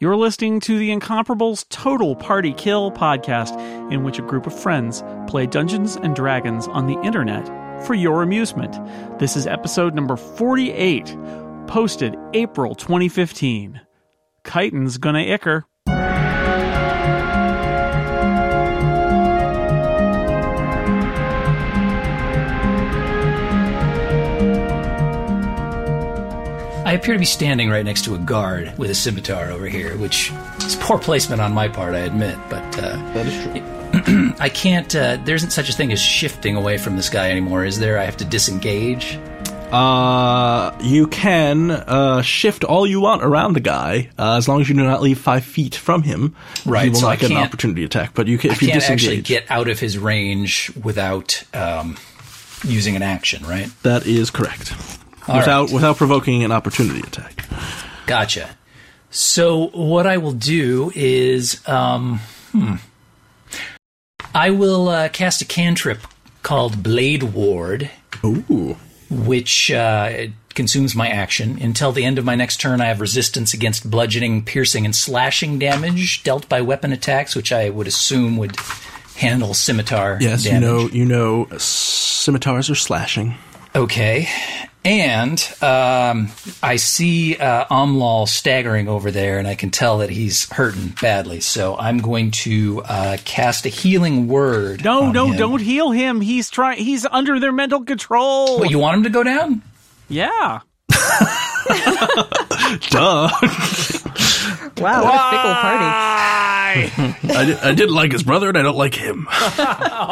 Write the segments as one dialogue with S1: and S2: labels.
S1: You're listening to the Incomparables Total Party Kill podcast, in which a group of friends play Dungeons and Dragons on the internet for your amusement. This is episode number 48, posted April 2015. Chitin's gonna icker.
S2: I appear to be standing right next to a guard with a scimitar over here, which is poor placement on my part, I admit, but uh,
S3: That is true.
S2: I can't. Uh, there isn't such a thing as shifting away from this guy anymore, is there? I have to disengage.
S3: Uh, you can uh, shift all you want around the guy uh, as long as you do not leave five feet from him.
S2: Right,
S3: you will
S2: so
S3: not
S2: I
S3: get an
S2: can't-
S3: opportunity attack. But you can, if
S2: I
S3: you
S2: can't actually
S3: disengage,
S2: get out of his range without um, using an action, right?
S3: that is correct.
S2: All
S3: without
S2: right.
S3: without provoking an opportunity attack.
S2: Gotcha. So what I will do is, um, hmm, I will uh, cast a cantrip called Blade Ward,
S3: Ooh,
S2: which uh, it consumes my action. Until the end of my next turn, I have resistance against bludgeoning, piercing, and slashing damage dealt by weapon attacks, which I would assume would handle scimitar
S3: yes,
S2: damage.
S3: you know, you know, scimitars are slashing.
S2: Okay. And um, I see uh, Omlal staggering over there, and I can tell that he's hurting badly. So I'm going to uh, cast a healing word.
S1: No,
S2: on
S1: no,
S2: him.
S1: don't heal him. He's trying. He's under their mental control.
S2: What, you want him to go down?
S1: yeah.
S3: Duh!
S4: Wow, what a fickle party.
S1: Bye.
S3: I, di- I didn't like his brother, and I don't like him.
S1: Oh.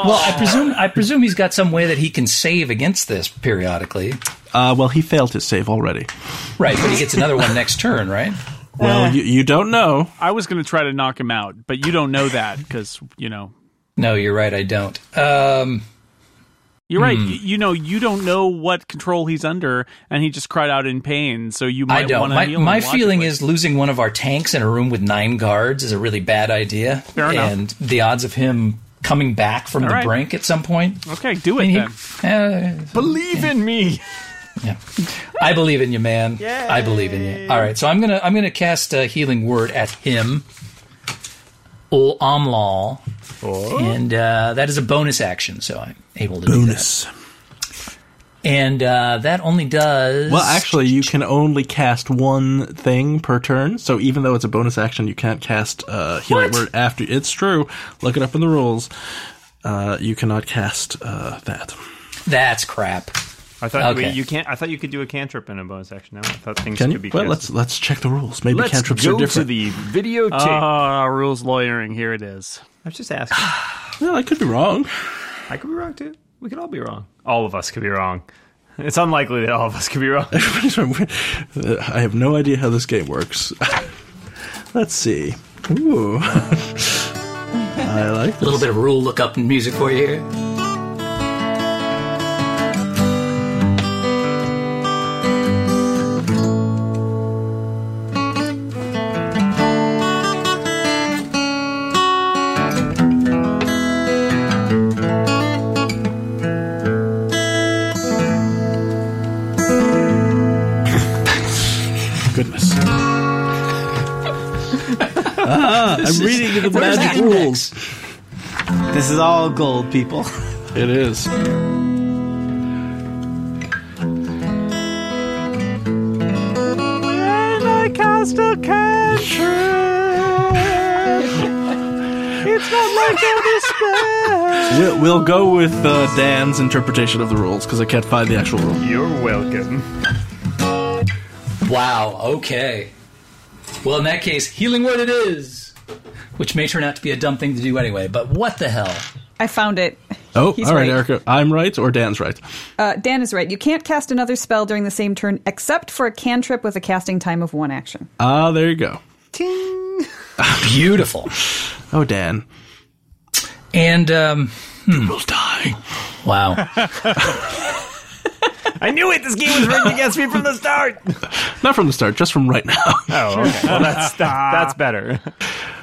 S2: Well, I presume I presume he's got some way that he can save against this periodically.
S3: Uh, well, he failed his save already.
S2: Right, but he gets another one next turn, right?
S3: Well,
S2: Eh.
S3: you, you don't know.
S1: I was going to try to knock him out, but you don't know that because you know
S2: No, you're right. I don't. Um,
S1: you're right.
S2: Hmm.
S1: You, you know you don't know what control he's under, and he just cried out in pain. So you
S2: I
S1: might
S2: don't.
S1: want to
S2: My,
S1: heal.
S2: my
S1: him
S2: feeling
S1: logically.
S2: is losing one of our tanks in a room with nine guards is a really bad idea.
S1: Fair enough.
S2: And the odds of him coming back from the
S1: right.
S2: brink at some point.
S1: okay. Do
S2: I
S1: it
S2: mean, he-
S1: then.
S2: eh,
S1: Believe in me.
S2: yeah. I believe in you, man. I believe in you. All right, so I'm gonna I'm gonna cast a healing word at him, Ul Amlal,
S1: Oh.
S2: and uh, that is a bonus action, so I'm able to do that.
S3: Bonus.
S2: And uh, that only does
S3: Well, actually, you can only cast one thing per turn. So even though it's a bonus action, you can't cast uh, healing
S2: What?
S3: word after. It's true. Look it up in the rules. Uh, you cannot cast uh, that.
S2: that's crap.
S5: I thought
S2: Okay.
S5: we, you can't. I thought you could do a cantrip in a bonus action. No, I thought things
S3: Can you?
S5: could be.
S3: Well,
S5: cast-
S3: let's let's check the rules. Maybe cantrips are different.
S6: the videotape.
S1: Ah, rules lawyering. Here it is.
S5: I was just asking.
S3: Well, I could be wrong.
S5: I could be wrong too. We could all be wrong. All of us could be wrong. It's unlikely that all of us could be wrong.
S3: I have no idea how this game works. let's see. Ooh, I like
S2: A
S3: this.
S2: little bit of rule lookup and music for you here.
S3: Goodness. ah, I'm reading the magic rules.
S7: This is all gold, people.
S3: It is.
S1: When I cast a cantrip, it's not like any spell.
S3: We'll, we'll go with uh, Dan's interpretation of the rules because I can't find the actual rule.
S5: You're welcome.
S2: Wow, okay. Well, in that case, healing word it is! Which may turn out to be a dumb thing to do anyway, but what the hell?
S4: I found it.
S3: Oh,
S4: He's
S3: all right,
S4: right.
S3: Erica. I'm right or Dan's right.
S4: Uh, Dan is right. You can't cast another spell during the same turn except for a cantrip with a casting time of one action.
S3: Ah, there you go.
S2: Beautiful.
S3: Oh, Dan.
S2: And, um,
S3: We'll die.
S2: wow.
S5: I knew it. This game was rigged against me from the start.
S3: Not from the start, just from right now.
S5: Oh, okay. Well, that's that's better.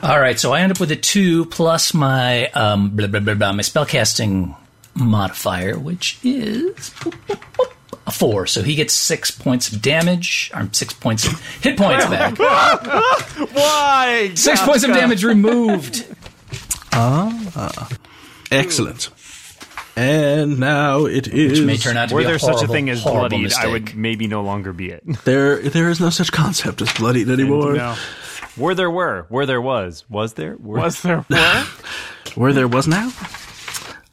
S2: All right, so I end up with a two plus my um, blah, blah, blah, blah, my spellcasting modifier, which is a four, so he gets six points of damage. Or six points of hit points back.
S5: Why?
S2: Six points of damage removed.
S3: Excellent. And now it is.
S2: Which may turn out to
S5: Were
S2: be a
S5: there
S2: horrible,
S5: such a thing as
S2: horrible
S5: bloodied,
S2: mistake.
S5: I would maybe no longer be it.
S3: There, there is no such concept as bloodied anymore.
S5: Where there were, where there was, was there? Were,
S1: Was there one?
S3: Where there was now.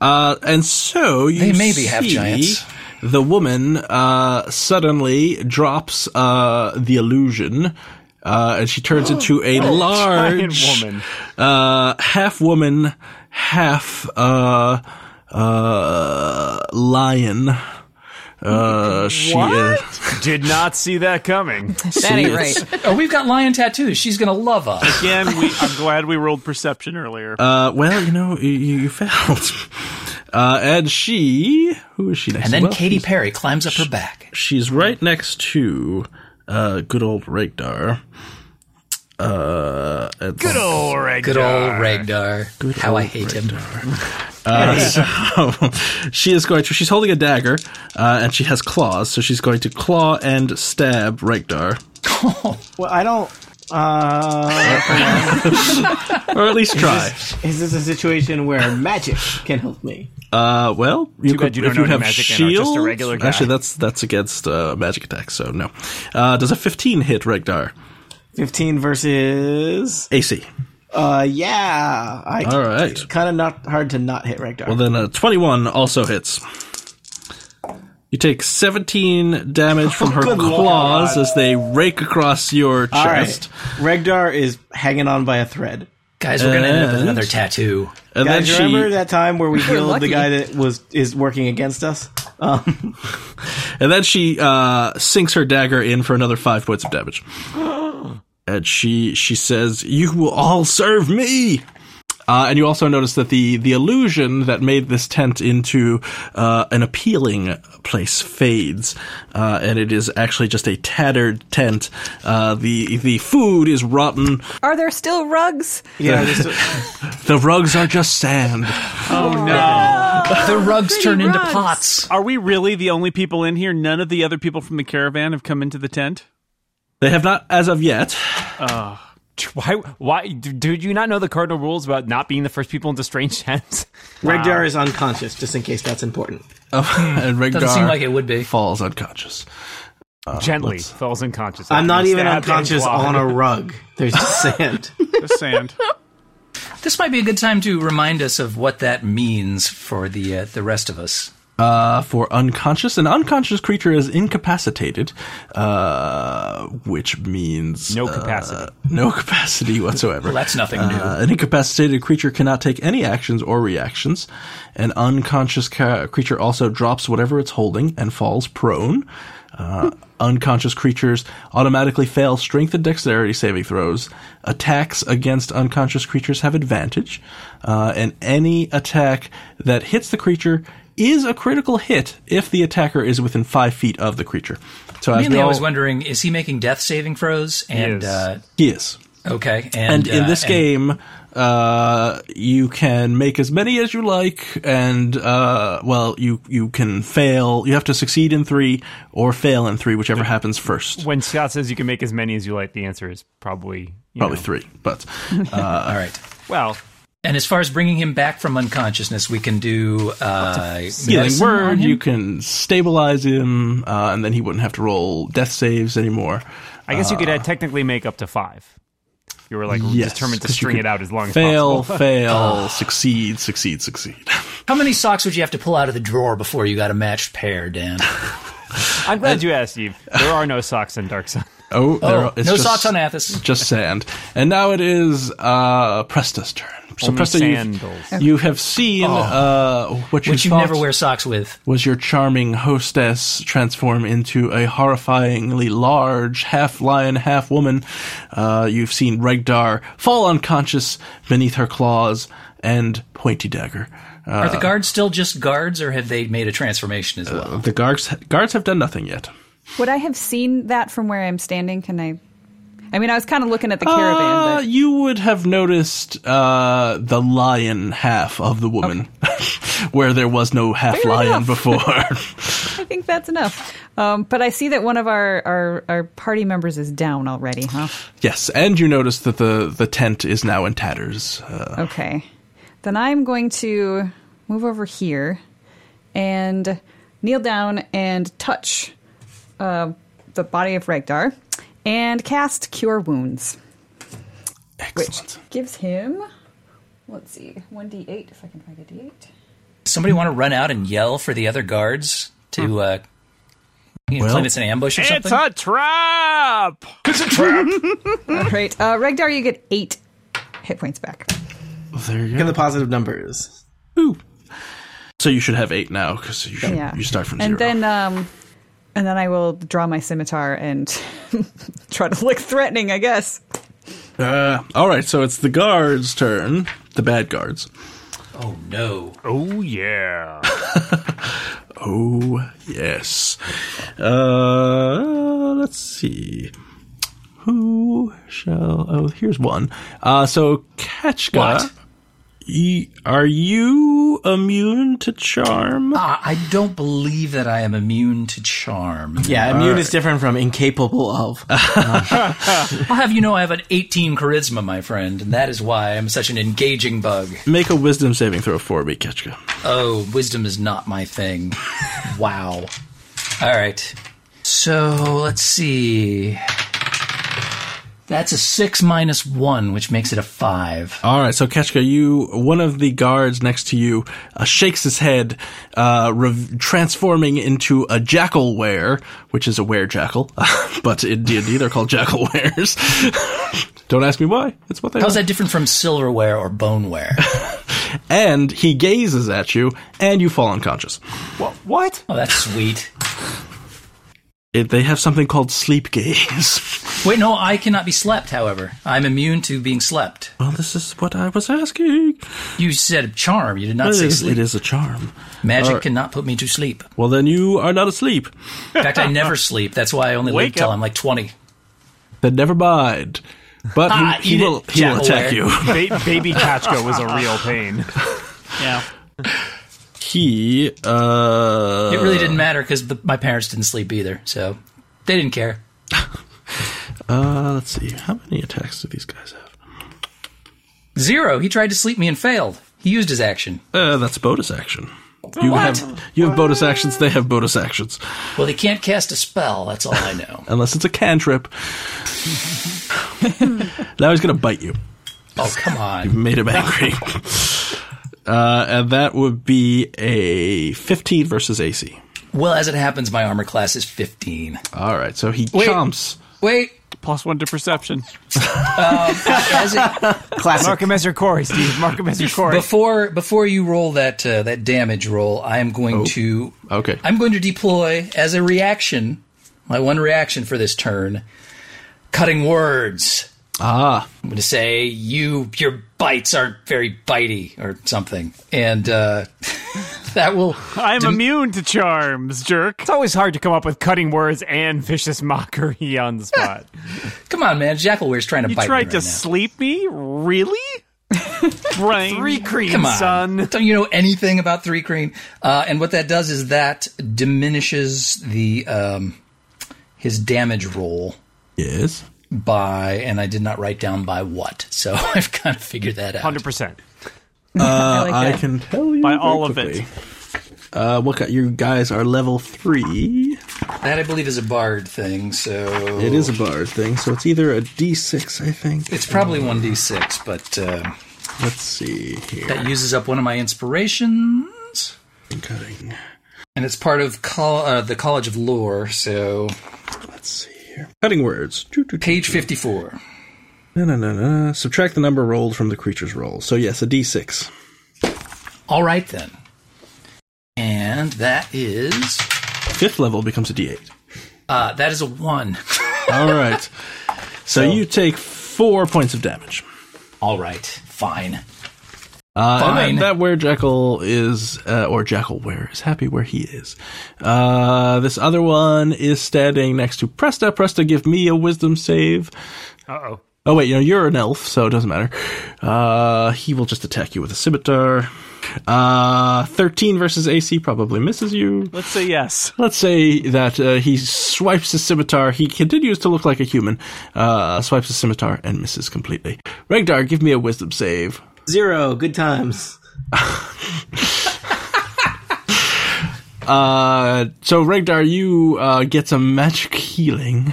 S3: Uh, and so you
S2: They maybe
S3: see
S2: have giants.
S3: the woman uh, suddenly drops uh, the illusion. Uh, and she turns into a large
S5: woman.
S3: uh, half woman, half uh, uh, lion. Uh, she is.
S5: Did not see that coming.
S4: That ain't right.
S2: Oh, we've got lion tattoos. She's gonna love us.
S1: Again, we, I'm glad we rolled perception earlier.
S3: Uh, well, you know, you, you you failed. Uh, and she, who is she
S2: And
S3: next? to?
S2: then
S3: Well,
S2: Katy Perry climbs up her back.
S3: she's right next to uh, good old Rakdar. Uh, and-
S5: Good old Ragnar.
S2: Good old Ragnar. How I hate him.
S3: so she is going to. She's holding a dagger, uh, and she has claws, so she's going to claw and stab Rakdar,
S7: Well, I don't. Uh,
S3: or at least try.
S7: is this a situation where magic can help me?
S3: Uh, well, you
S5: bad
S3: could
S5: you don't
S3: if
S5: know
S3: you
S5: any
S3: have
S5: magic and are
S3: shield.
S5: just a regular guy.
S3: Actually, that's that's against uh, magic attacks, so no. Uh, does a fifteen hit Rakdar
S7: Fifteen versus.
S3: AC?
S7: Uh, yeah. I,
S3: All right.
S7: Kind of not hard to not hit Ragnar.
S3: Well, then a 21 also hits. You take 17 damage from her
S7: Oh, Good
S3: claws
S7: lord.
S3: as they rake across your
S7: All right.
S3: chest.
S7: Regdar is hanging on by a thread.
S2: Guys, we're gonna end up with
S3: And-
S2: another tattoo.
S3: And
S7: Guys,
S3: then
S7: remember
S3: she
S7: that time where we healed
S4: lucky.
S7: the guy that was is working against us? Um,
S3: and then she uh, sinks her dagger in for another 5 points of damage. and she she says, "You will all serve me." Uh, and you also notice that the the illusion that made this tent into uh, an appealing place fades, uh, and it is actually just a tattered tent. Uh, the the food is rotten.
S4: Are there still rugs?
S7: yeah, this-
S3: The rugs are just sand.
S2: The rugs
S4: Ah, pretty
S2: turn into
S4: rugs.
S2: pots.
S1: Are we really the only people in here? None of the other people from the caravan have come into the tent?
S3: They have not, as of yet.
S5: Why? Why? d- Did you not know the cardinal rules about not being the first people into strange tents?
S7: Regdar is unconscious, just in case that's important.
S3: Oh, and Regdar
S2: Doesn't seem like it would be.
S3: falls unconscious.
S5: Gently falls unconscious.
S7: I'm
S5: after
S7: not
S5: being
S7: even
S5: stabbed and
S7: unconscious
S5: clawed.
S7: on a rug. There's just sand.
S1: The sand.
S2: This might be a good time to remind us of what that means for the uh, the rest of us.
S3: Uh, for unconscious, an unconscious creature is incapacitated, uh, which means
S5: No
S3: uh,
S5: capacity.
S3: no capacity whatsoever.
S2: Well, that's nothing new.
S3: Uh, an incapacitated creature cannot take any actions or reactions. An unconscious ca- creature also drops whatever it's holding and falls prone. Uh, unconscious creatures automatically fail strength and dexterity saving throws. Attacks against unconscious creatures have advantage. Uh, and any attack that hits the creature is a critical hit if the attacker is within five feet of the creature. So as
S2: Mainly,
S3: we
S2: I
S3: all-
S2: was wondering: is he making death saving throws? And
S5: Yes.
S2: uh,
S3: he is.
S2: okay,
S3: And
S2: and,
S3: in
S2: uh,
S3: this
S2: and-
S3: game, uh, you can make as many as you like, and uh, well, you you can fail. You have to succeed in three or fail in three, whichever happens first.
S5: When Scott says you can make as many as you like, the answer is probably you
S3: Probably
S5: know,
S3: three, but
S2: all right.
S5: Well,
S2: And as far as bringing him back from unconsciousness, we can do uh,
S3: healing
S2: medicine on
S3: word.
S2: him?
S3: You can stabilize him, uh, and then he wouldn't have to roll death saves anymore.
S5: I guess you could uh, technically make up to five. If You were like
S3: Yes,
S5: determined to
S3: 'cause you
S5: string
S3: could
S5: it out as long
S3: Fail,
S5: as possible.
S3: fail, succeed, succeed, succeed.
S2: How many socks would you have to pull out of the drawer before you got a matched pair, Dan?
S5: I'm glad you asked, Eve. There are no socks in Dark Sun.
S3: Oh, there are-
S2: Oh,
S3: it's
S2: no
S3: just-
S2: socks on Athos.
S3: just sand. And now it is uh, Presta's turn. So
S5: Only
S3: Presta,
S5: sandals.
S3: you've, you have seen uh, what you
S2: Which you
S3: thought
S2: never wear socks with.
S3: was your charming hostess transform into a horrifyingly large half lion, half woman. Uh, you've seen Regdar fall unconscious beneath her claws and pointy dagger. Uh,
S2: Are the guards still just guards, or have they made a transformation as well?
S3: the guards guards have done nothing yet.
S4: Would I have seen that from where I'm standing? Can I? I mean, I was kind of looking at the
S3: Uh,
S4: caravan.
S3: you would have noticed uh, the lion half of the woman, where there was no half
S4: Fair
S3: lion
S4: enough.
S3: before.
S4: But I think that's enough. Um, but I see that one of our, our, our party members is down already, huh?
S3: Yes, and you notice that the the tent is now in tatters. Uh,
S4: Okay. Then I'm going to move over here and kneel down and touch uh, the body of Regdar and cast Cure Wounds,
S3: excellent.
S4: gives him, let's see, 1d8, if I can find a d8.
S2: Somebody want to run out and yell for the other guards to uh, you know,
S3: Hmm. Well-
S2: claim it's an ambush or
S1: It's
S2: something?
S1: a trap.
S4: All right. Uh, Regdar, you get eight hit points back.
S3: There you
S7: Look
S3: go.
S7: at the positive numbers.
S3: Ooh. So you should have eight now because you should,
S4: Yeah.
S3: you start from
S4: and
S3: zero.
S4: then um and then I will draw my scimitar and try to look threatening, I guess.
S3: uh, all right, so it's the guards' turn. The bad guards.
S2: oh no!
S5: Oh yeah.
S3: Oh yes. Uh, let's see. Who shall? Oh, here's one. Uh, so Ketchka,
S2: What?
S3: y- are you immune to charm?
S2: Ah, I don't believe that I am immune to charm.
S7: Yeah, immune is different from incapable of.
S2: I'll have you know I have an 18 charisma, my friend, and that is why I'm such an engaging bug.
S3: Make a wisdom saving throw for me, Ketchka.
S2: Oh, wisdom is not my thing. wow. All right. So let's see. That's a six minus one, which makes it a five.
S3: All right, so Ketchka, you one of the guards next to you uh, shakes his head, uh, rev- transforming into a jackal ware, which is a were jackal, but in D and D they're called jackal wares. Don't ask me why; it's what they are.
S2: How's that different from silverware or boneware?
S3: and he gazes at you, and you fall unconscious.
S5: what? What?
S2: Oh, that's sweet.
S3: It, they have something called sleep gaze.
S2: Wait, no, I cannot be slept, however. I'm immune to being slept.
S3: well, this is what I was asking.
S2: You said charm, you did not
S3: It
S2: say
S3: is,
S2: sleep.
S3: it is a charm.
S2: Magic
S3: Alright.
S2: cannot put me to sleep.
S3: Well, then you are not asleep.
S2: In fact, I never sleep. That's why I only
S1: Wake
S2: live till
S1: up.
S2: I'm like 20.
S3: Then never mind. But he,
S2: Ah,
S3: he
S2: eat it,
S3: will he will
S2: jackal
S3: attack
S2: ware.
S3: you.
S5: Ba- baby Kachka was a real pain.
S1: Yeah.
S3: He uh
S2: It really didn't matter because my parents didn't sleep either, so they didn't care.
S3: Uh, let's see. How many attacks do these guys have?
S2: Zero. He tried to sleep me and failed. He used his action.
S3: Uh, that's bonus action. You have you have bonus actions. They have bonus actions.
S2: Well, he can't cast a spell. That's all I know.
S3: Unless it's a cantrip. now he's gonna bite you.
S2: oh, come on.
S3: Made him angry. uh, and that would be a 15 versus AC.
S2: Well, as it happens, my armor class is 15.
S3: All right. So he
S1: Wait.
S3: chomps.
S2: Wait.
S1: Plus one to perception.
S2: As it,
S7: Classic.
S5: Markham as your Corey, Steve. Markham as your Corey.
S2: before before you roll that uh, that damage roll, I am going to
S3: Okay.
S2: I'm going to deploy as a reaction, my one reaction for this turn, cutting words.
S3: ah.
S2: I'm going to say you your bites aren't very bitey or something, and uh, that will
S1: I'm immune to charms, jerk.
S5: It's always hard to come up with cutting words and vicious mockery on the spot.
S2: come on, man. Jackalware's trying to
S1: You
S2: bite me
S1: tried
S2: right
S1: to
S2: now.
S1: sleep me? Really? Brain. Three cream,
S2: Come on.
S1: son.
S2: Don't you know anything about three cream? Uh, and what that does is that diminishes the um, his damage roll
S3: Yes.
S2: by, and I did not write down by what, so I've kind of figured that out.
S5: 100%.
S4: I like
S3: Uh, I
S4: that.
S3: can tell you
S1: By
S3: very
S1: all of it.
S3: quickly. Uh, what got you guys are level three.
S2: That I believe is a bard thing, so
S3: It is a bard thing, so it's either a D6, I think.
S2: It's probably one d six, but uh,
S3: Let's see here.
S2: that uses up one of my inspirations,
S3: Cutting.
S2: and it's part of col- uh, the College of Lore. So
S3: Let's see here. Cutting words. Choo, choo, choo,
S2: page
S3: choo.
S2: fifty four.
S3: Na, na, na, na. Subtract the number rolled from the creature's roll. So yes, a d6.
S2: All right then, and that is
S3: Fifth level becomes a d8.
S2: uh, that is a one.
S3: All right. so, you take four points of damage.
S2: All right, fine.
S3: Uh, and
S2: Fine.
S3: That, that where Jekyll is, uh, or Jekyll where is happy where he is. Uh, this other one is standing next to Presta. Presta, give me a wisdom save.
S5: Uh-oh.
S3: Oh wait, you know you're an elf, so it doesn't matter. Uh, he will just attack you with a scimitar. Uh, 13 versus AC probably misses you.
S1: Let's say yes.
S3: Let's say that uh, he swipes his scimitar. He continues to look like a human. Uh, swipes his scimitar and misses completely. Regdar, give me a wisdom save.
S7: Zero. Good times.
S3: Uh, so Regdar, you uh, get some magic healing.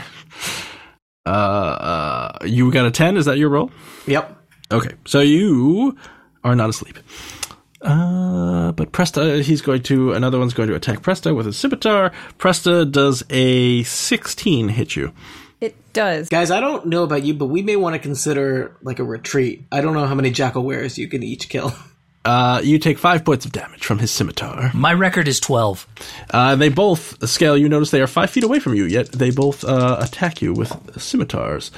S3: Uh, uh, you got a 10. Is that your roll?
S7: Yep.
S3: Okay, so you are not asleep. Uh, but Presta, he's going to another one's going to attack Presta with his scimitar. Presta does a sixteen hit you.
S4: It does.
S7: Guys, I don't know about you, but we may want to consider like a retreat. I don't know how many jackal wares you can each kill.
S3: Uh, you take five points of damage from his scimitar.
S2: My record is 12.
S3: Uh, they both scale. You notice they are five feet away from you, yet they both uh, attack you with scimitars.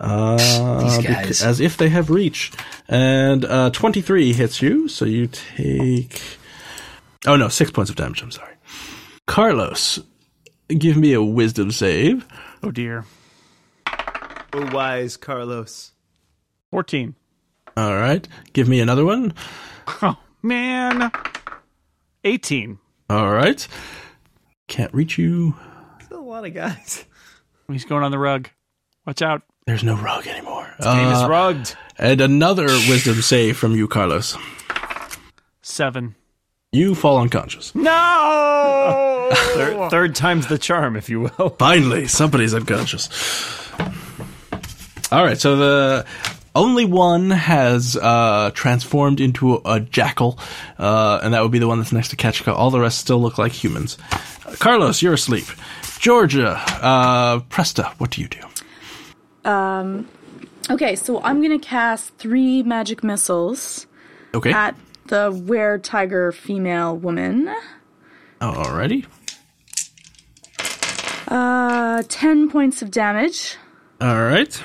S3: Uh,
S2: These
S3: bec-
S2: guys.
S3: as if they have reach. And uh, 23 hits you, so you take. Oh no, six points of damage, I'm sorry. Carlos, give me a wisdom save.
S1: Oh dear.
S7: Oh, wise Carlos.
S1: 14.
S3: All right, give me another one.
S1: Oh, man. 18.
S3: All right. Can't reach you.
S7: Still a lot of guys.
S1: He's going on the rug. Watch out.
S3: There's no rug anymore.
S1: Game
S3: Uh,
S1: is rugged.
S3: and another wisdom save from you, Carlos.
S1: Seven.
S3: You fall unconscious.
S1: No!
S5: Third, third time's the charm, if you will.
S3: Finally, somebody's unconscious. All right, so the only one has uh, transformed into a, jackal, uh, and that would be the one that's next to Ketchka. All the rest still look like humans. Uh, Carlos, you're asleep. Georgia, uh, Presta, what do you do?
S6: Okay, so I'm gonna cast three magic missiles
S3: Okay.
S6: at the were tiger female woman.
S3: Alrighty.
S6: Uh, ten points of damage,
S3: All right.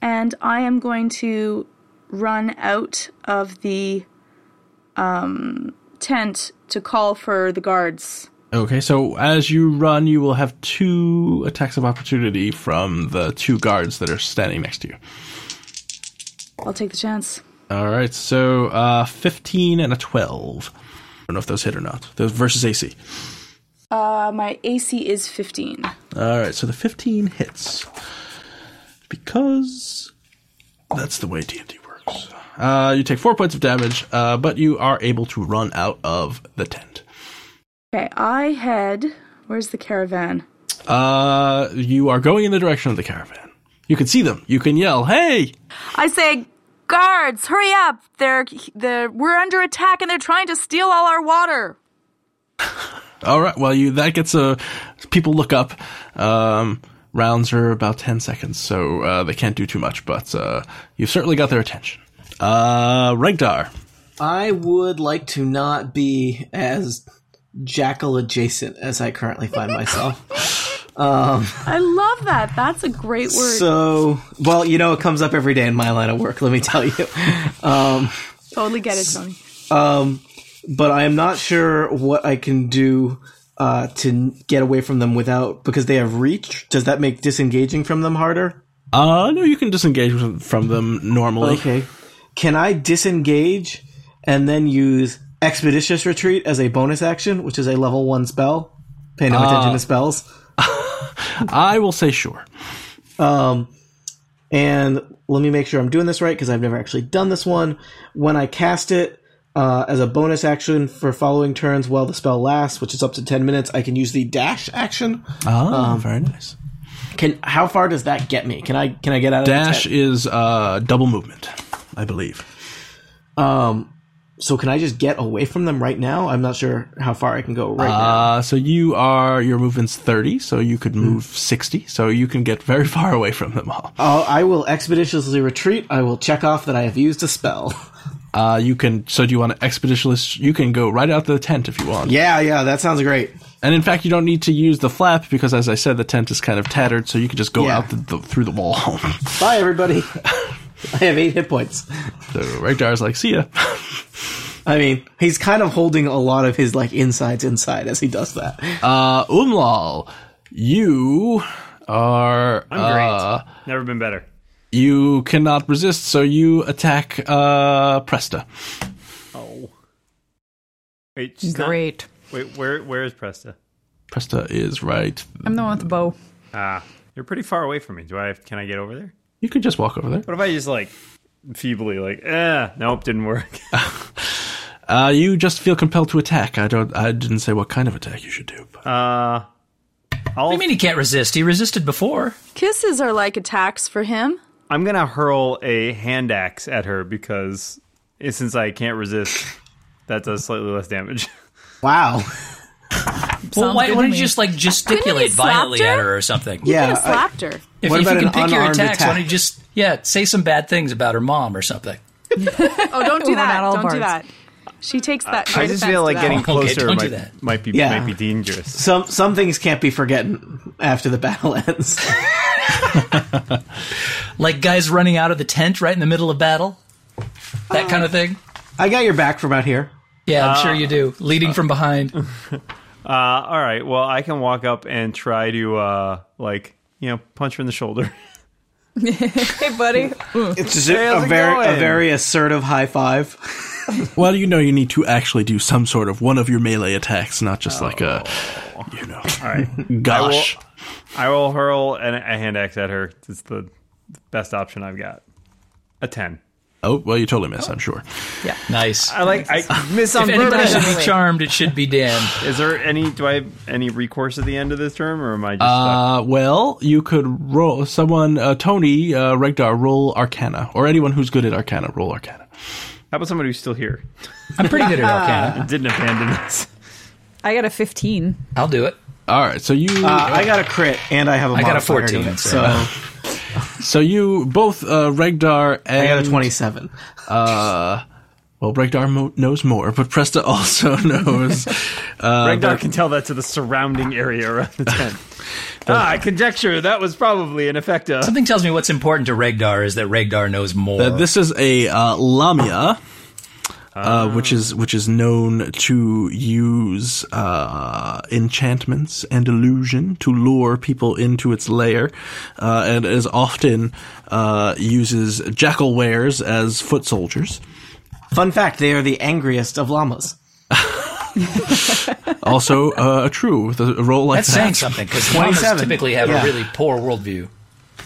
S6: and I am going to run out of the um, tent to call for the guards.
S3: Okay, so as you run, you will have two attacks of opportunity from the two guards that are standing next to you.
S6: I'll take the chance.
S3: All right, so uh, 15 and a 12. I don't know if those hit or not. Those versus AC.
S6: Uh, my AC is 15.
S3: All right, so the 15 hits because that's the way D&D works. Uh, you take four points of damage, uh, but you are able to run out of the tent.
S6: Okay, I head. Where's the caravan?
S3: Uh, you are going in the direction of the caravan. You can see them. You can yell, "Hey!"
S6: I say, guards, hurry up! They're, they're we're under attack and they're trying to steal all our water.
S3: All right. Well, you that gets a people look up. Um, rounds are about ten seconds, so uh, they can't do too much. But uh, you've certainly got their attention. Uh, Regdar.
S7: I would like to not be as jackal adjacent as I currently find myself.
S6: I love that. That's a great word.
S7: so, well, you know, it comes up every day in my line of work, let me tell you.
S6: totally get it, Tony.
S7: but I am not sure what I can do uh, to n- get away from them without because they have reach. Does that make disengaging from them harder?
S3: Uh, no, you can disengage from- from them normally.
S7: Okay. Can I disengage and then use expeditious retreat as a bonus action, which is a level one spell? Pay no
S3: Ah.
S7: attention to spells.
S3: I will say sure.
S7: And let me make sure I'm doing this right because I've never actually done this one. When I cast it uh, as a bonus action for following turns while the spell lasts, which is up to ten minutes, I can use the dash action.
S3: Oh, very nice.
S7: Can how far does that get me? Can I can I get out of the
S3: Dash
S7: tent?
S3: is uh, double movement, I believe.
S7: So can I just get away from them right now? I'm not sure how far I can go right now.
S3: Uh, so you are your movement's thirty, so you could move sixty, so you can get very far away from them all.
S7: I'll, Oh, I will expeditiously retreat. I will check off that I have used a spell.
S3: Uh, you can. So do you want to expeditious? You can go right out the tent if you want.
S7: yeah, yeah, that sounds great.
S3: And in fact, you don't need to use the flap because, as I said, the tent is kind of tattered, so you can just go
S7: Yeah.
S3: out the, the, through the wall. so
S7: Bye, everybody. I have eight hit points.
S3: Regdar's like, "See ya."
S7: I mean, he's kind of holding a lot of his like insides inside as he does that.
S3: Uh, Umlal, you are.
S5: I'm great.
S3: uh,
S5: Never been better.
S3: You
S5: Oh.
S3: cannot resist, so you attack uh, Presta.
S5: Wait, she's not-
S4: Great.
S5: wait, where where is Presta?
S3: Presta is right.
S4: I'm the one with the bow.
S5: Ah, you're pretty far away from me. Do I have, can I get over there?
S3: You can just walk over there.
S5: What if I just like feebly like, eh, nope, didn't work.
S3: Uh, you just feel compelled to attack. I don't. I didn't say what kind of attack you should do. But
S5: Uh,
S2: I mean, he can't resist. He resisted before.
S6: Kisses are like attacks for him.
S5: I'm gonna hurl a hand axe at her because eh, since I can't resist, that does slightly less damage.
S7: Wow.
S2: Well,
S4: Sounds
S2: why
S4: good
S2: why
S4: to
S2: don't you
S4: me.
S2: just like
S6: Couldn't he
S2: gesticulate
S6: slapped
S2: violently
S6: her?
S2: at her or something?
S6: Could
S7: Yeah.
S6: have
S7: I-
S6: slapped her.
S2: If, if you
S7: What about
S2: can
S7: an
S2: pick your
S7: unarmed
S2: attacks, why don't
S7: attack?
S2: you just yeah say some bad things about her mom or something?
S6: Oh, don't do
S4: We're
S6: that.
S4: not all
S6: Don't do that.
S4: bards.
S6: She takes that.
S5: I
S6: great
S5: just
S6: offense
S5: feel
S6: to
S5: like
S6: that.
S5: getting
S2: Okay,
S5: closer
S2: don't do
S5: might,
S2: that.
S5: might be
S7: Yeah.
S5: might be dangerous.
S7: Some some things can't be forgotten after the battle ends.
S2: Like guys running out of the tent right in the middle of battle, that kind of thing.
S7: I got your back from out here.
S2: Yeah, I'm sure you do. Leading from behind.
S5: Uh, all right, well, I can walk up and try to uh, like you know punch her in the shoulder.
S4: Hey, buddy.
S7: It's just
S5: Hey, how's
S7: a,
S5: it
S7: very a
S5: going?
S7: very assertive high five.
S3: well, you know, you need to actually do some sort of one of your melee attacks, not just like a,
S5: Oh.
S3: you know, gosh.
S5: I will hurl an, a hand axe at her. It's the best option I've got. A ten.
S3: Oh, well, you totally miss. I'm sure.
S2: Nice.
S7: Uh,
S5: I like I miss on
S2: if anybody
S5: purpose.
S2: should be charmed, it should be Dan.
S5: Is there any? Do I have any recourse at the end of this term, or am I just? stuck?
S3: Uh, well, you could roll someone, uh, Tony, uh, Regdar, roll Arcana, or anyone who's good at Arcana, roll Arcana.
S5: How about somebody who's still here?
S2: I'm pretty good at Arcana.
S5: Didn't abandon us.
S4: I got a 15.
S2: I'll do it.
S3: All right, so you,
S7: Uh, I got a crit and I have a
S2: I got a
S7: modifier to
S2: 14,
S7: it,
S2: so-
S7: So
S3: so you both, uh, Regdar and
S7: I got a 27.
S3: Well, Regdar mo- knows more, but Presta also knows.
S5: Ragnar can tell that to the surrounding area around the tent. ah, I conjecture that was probably an effecta.
S2: Something tells me what's important to Regdar is that Regdar knows more.
S3: Uh, this is a uh, lamia, uh,
S7: Ah.
S3: which is which is known to use uh, enchantments and illusion to lure people into its lair, uh, and is often uh, uses jackal wares as foot soldiers.
S7: Fun fact: they are the angriest of llamas.
S3: Also, uh, true with a roll like
S2: That's
S3: that.
S2: saying something because llamas
S7: 27.
S2: typically have a
S7: Yeah.
S2: really poor worldview.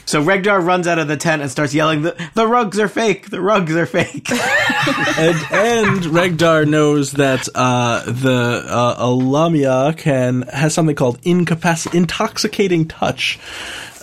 S7: So Regdar runs out of the tent and starts yelling, "The, the rugs are fake! The rugs are fake!"
S3: and, and Regdar knows that uh, the uh, Alamia can has something called incapac- intoxicating touch,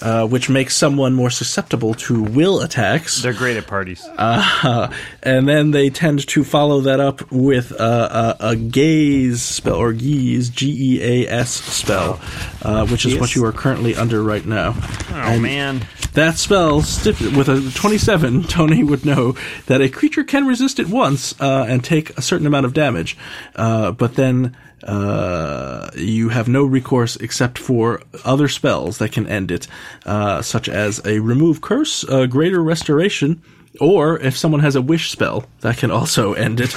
S3: uh, which makes someone more susceptible to will attacks.
S5: They're great at parties.
S3: Uh, and then they tend to follow that up with uh, a, a gaze spell or geese G E A S spell, uh, which is what you are currently under right now.
S5: oh man,
S3: That spell, stip- with a 27, Tony would know that a creature can resist it once uh, and take a certain amount of damage, uh, but then uh, you have no recourse except for other spells that can end it, uh, such as a remove curse, a greater restoration, or if someone has a wish spell, that can also end it.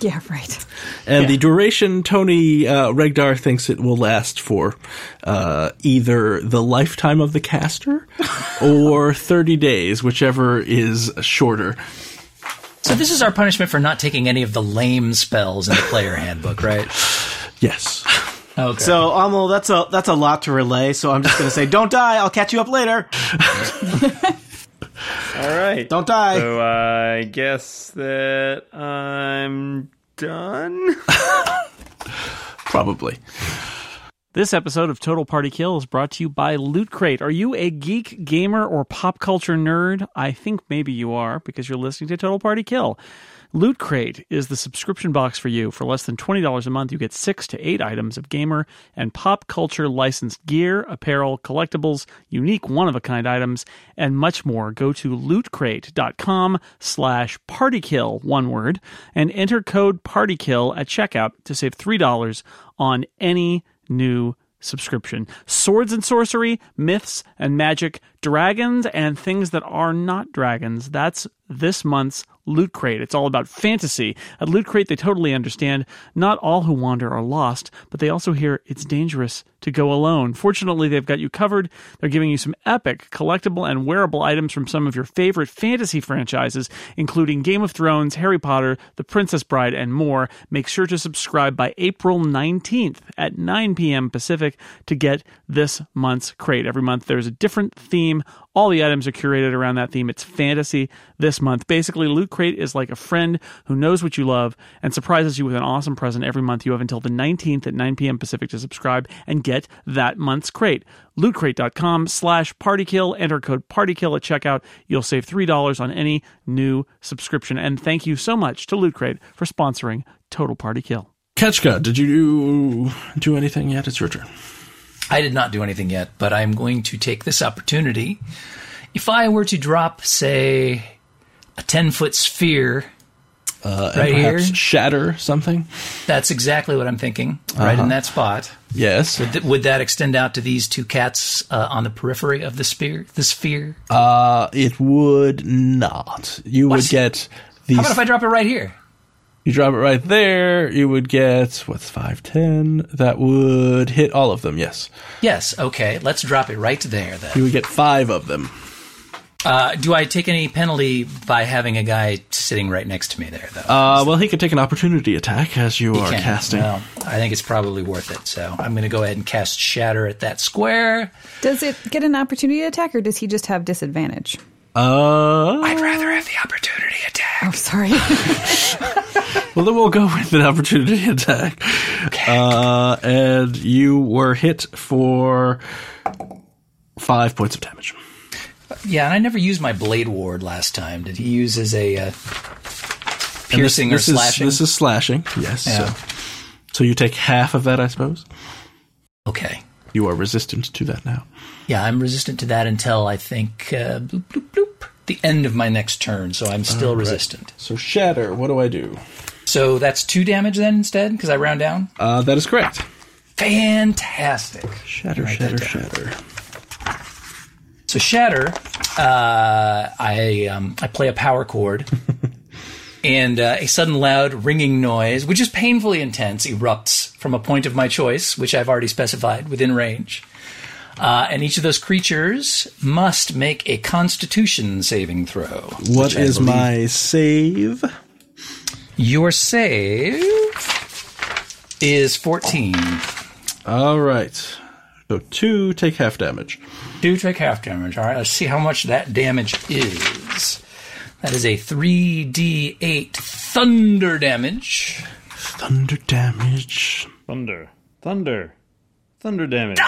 S4: Yeah, right.
S3: And the duration, Tony uh, Regdar thinks it will last for uh, either the lifetime of the caster or 30 days, whichever is shorter.
S2: So this is our punishment for not taking any of the lame spells in the player handbook, right?
S3: Yes.
S2: Okay. So
S7: so Amal, that's a that's a lot to relay. So I'm just gonna say, "Don't die! I'll catch you up later.
S5: all right.
S7: Don't die."
S5: So uh, I guess that I'm done.
S3: Probably.
S1: This episode of Total Party Kill is brought to you by Loot Crate. Are you a geek, gamer, or pop culture nerd? I think maybe you are because you're listening to Total Party Kill. Loot Crate is the subscription box for you. For less than $20 a month, you get six to eight items of gamer and pop culture licensed gear, apparel, collectibles, unique one-of-a-kind items, and much more. Go to lootcrate.com slash partykill, one word, and enter code partykill at checkout to save $3 on any new subscription. Swords and sorcery, myths and magic, dragons and things that are not dragons. That's this month's Loot Crate. It's all about fantasy. At Loot Crate, they totally understand not all who wander are lost, but they also hear it's dangerous to go alone. Fortunately, they've got you covered. They're giving you some epic, collectible, and wearable items from some of your favorite fantasy franchises, including Game of Thrones, Harry Potter, The Princess Bride, and more. Make sure to subscribe by April 19th at 9 p.m. Pacific to get this month's crate. Every month, there's a different theme. All the items are curated around that theme. It's fantasy this month. Basically, Loot Crate is like a friend who knows what you love and surprises you with an awesome present every month. You have until the 19th at 9 p.m. Pacific to subscribe and get that month's crate. Lootcrate.com slash partykill. Enter code partykill at checkout. You'll save $3 on any new subscription. And thank you so much to Loot Crate for sponsoring Total Party Kill.
S3: Ketchka, did you do, do anything yet? It's your turn.
S2: I did not do anything yet, but I'm going to take this opportunity. If I were to drop, say, a 10 foot sphere,
S3: Uh, and
S2: Right
S3: perhaps
S2: here?
S3: shatter something.
S2: that's exactly what I'm thinking, right
S3: Uh-huh.
S2: in that spot.
S3: Yes.
S2: Th- would that extend out to these two cats uh, on the periphery of the sphere? The sphere?
S3: Uh, it would not. You would
S2: What?
S3: get
S2: How about
S3: these.
S2: if I drop it right here?
S3: you drop it right there. You would get what's five ten. That would hit all of them. Yes.
S2: Yes. Okay. Let's drop it right there then.
S3: You would get five of them.
S2: Uh, do I take any penalty by having a guy sitting right next to me there though?
S3: Uh, well, he could take an opportunity attack as you are
S2: Can't.
S3: casting.
S2: Well, I think it's probably worth it. So I'm going to go ahead and cast Shatter at that square.
S4: Does it get an opportunity attack, or does he just have disadvantage?
S3: Uh,
S2: I'd rather have the opportunity attack.
S4: Oh, sorry.
S3: well, then we'll go with an opportunity attack. Uh, and you were hit for five points of damage.
S2: Yeah, and I never used my Blade Ward last time. Did he use as a uh,
S3: And this-
S2: piercing
S3: this
S2: or
S3: is-
S2: slashing?
S3: This is slashing. Yes.
S2: Yeah.
S3: So, so you take half of that, I suppose.
S2: okay.
S3: You are resistant to that now.
S2: Yeah, I'm resistant to that until I think uh, bloop, bloop, bloop, the end of my next turn. So I'm still resistant.
S3: So shatter. What do I do?
S2: So that's two damage then instead because I round down.
S3: Uh, that is correct.
S2: Fantastic.
S3: Shatter.
S2: Write
S3: shatter.
S2: that
S3: Shatter.
S2: So shatter. Uh, I um, I play a power chord, and uh, a sudden loud ringing noise, which is painfully intense, erupts from a point of my choice, which I've already specified within range. Uh, and each of those creatures must make a Constitution saving throw.
S3: What
S2: which I
S3: is
S2: believe-
S3: my save?
S2: Your save is 14.
S3: All right. So two take half damage.
S2: Do take half damage. All right, let's see how much that damage is. That is a 3d8 thunder damage.
S3: Thunder damage.
S5: Thunder. Thunder. Thunder damage.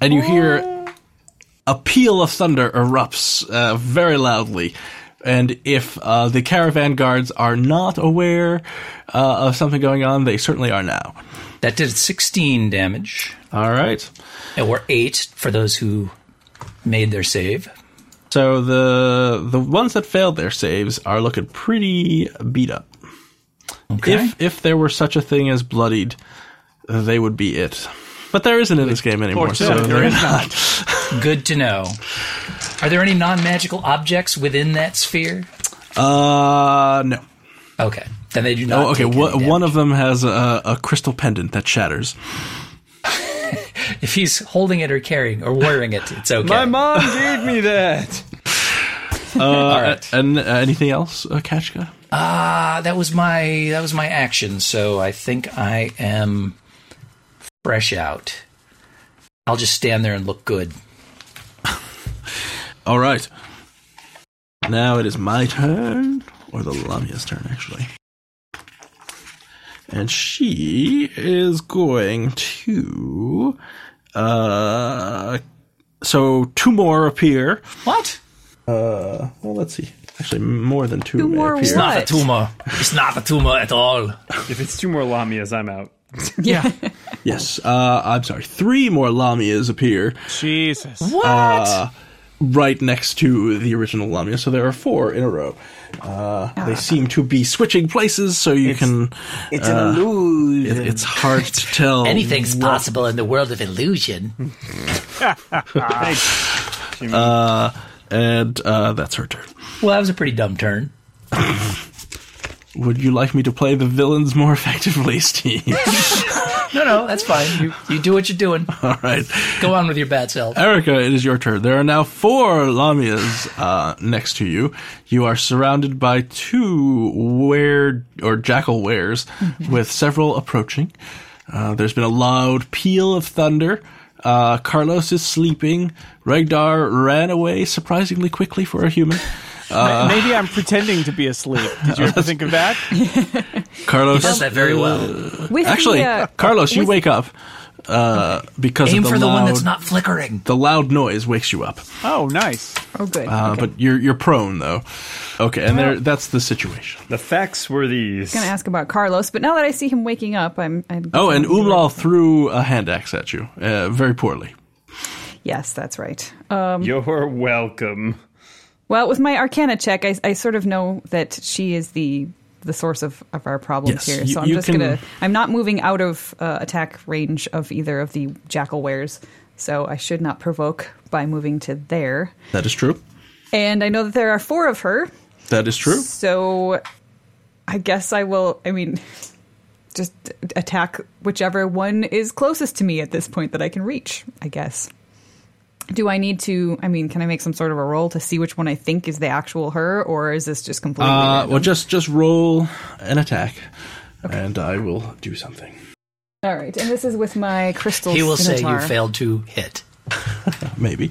S3: and you hear a peal of thunder erupts uh, very loudly. And if uh, the caravan guards are not aware uh, of something going on, they certainly are now.
S2: That did 16 damage,
S3: All right.
S2: or 8 for those who made their save.
S3: So the the ones that failed their saves are looking pretty beat up.
S2: Okay.
S3: If if there were such a thing as bloodied, they would be it. But there isn't in this game anymore, so
S5: Fortunately,
S3: they're
S5: there is
S3: not.
S2: Good to know. Are there any non magical objects within that sphere?
S3: Uh, no.
S2: Okay. Then they do not.
S3: Oh, okay.
S2: take
S3: One,
S2: any
S3: one
S2: damage.
S3: of them has a, a crystal pendant that shatters.
S2: If he's holding it or carrying or wearing it, it's okay.
S5: My mom gave me that.
S2: All right.
S3: And uh, anything else, uh, Kachka?
S2: Uh, that was my that was my action. So I think I am fresh out. I'll just stand there and look good.
S3: All right. Now it is my turn, or the Lamia's turn, actually. And she is going to. Uh, so two more appear.
S2: What?
S3: Uh, well, let's see. Actually, more than two,
S4: Two
S3: may
S4: more
S3: appear.
S4: what?
S2: Not a tumor. It's not a tumor at all.
S5: If it's two more Lamias, I'm out.
S4: yeah.
S3: Yes. Uh, I'm sorry. Three more Lamias appear
S1: Jesus.
S2: What?
S3: right next to the original Lamia, so there are four in a row. Uh, they seem to be switching places, so you can.
S7: Ah.
S3: uh,
S7: It's an illusion.
S3: It, it's hard to tell.
S2: Anything's possible in the world of illusion.
S5: Thanks. Jimmy.
S3: And uh, that's her turn.
S2: Well, that was a pretty dumb turn.
S3: Would you like me to play the villains more effectively, Steve?
S2: No, no, that's fine. You you do what you're doing.
S3: All right.
S2: Go on with your bad self.
S3: Erica, it is your turn. There are now four lamias uh, next to you. You are surrounded by two weird or jackal wares,
S4: Mm-hmm.
S3: with several approaching. Uh, there's been a loud peal of thunder. Uh, Carlos is sleeping. Regdar ran away surprisingly quickly for a human.
S1: Maybe I'm pretending to be asleep. Did you ever think of that?
S3: Carlos, Uh,
S2: Does that very well.
S4: With
S3: actually,
S4: the, uh,
S3: Carlos, you
S4: with-
S3: wake up uh, because
S2: Aim
S3: of the
S2: for the
S3: loud,
S2: one that's not flickering.
S3: the loud noise wakes you up.
S1: Oh, nice.
S4: Oh, good.
S3: Uh,
S4: okay.
S3: But you're you're prone though. Okay, and there that's the situation.
S5: The facts were these.
S4: gonna ask about Carlos, but now that I see him waking up, I'm. i
S3: Oh, and Umlal threw a hand axe at you, uh, very poorly.
S4: Yes, that's right. Um,
S5: You're welcome.
S4: well, with my Arcana check, I, I sort of know that she is the the source of, of our
S3: Yes,
S4: problems here.
S3: you-
S4: So I'm
S3: you
S4: just
S3: can-
S4: gonna. I'm not moving out of uh, attack range of either of the jackal wares, so I should not provoke by moving to there.
S3: That is true.
S4: And I know that there are four of her,
S3: That is true.
S4: so I guess I will. I mean. Just attack whichever one is closest to me at this point that I can reach, I guess. Do I need to? I mean, can I make some sort of a roll to see which one I think is the actual her, or is this just completely?
S3: Uh,
S4: random?
S3: well, just just roll an attack, and I will do something.
S4: All right, and this is with my crystal.
S2: He will say you
S4: scimitar.
S2: failed to hit.
S3: Maybe.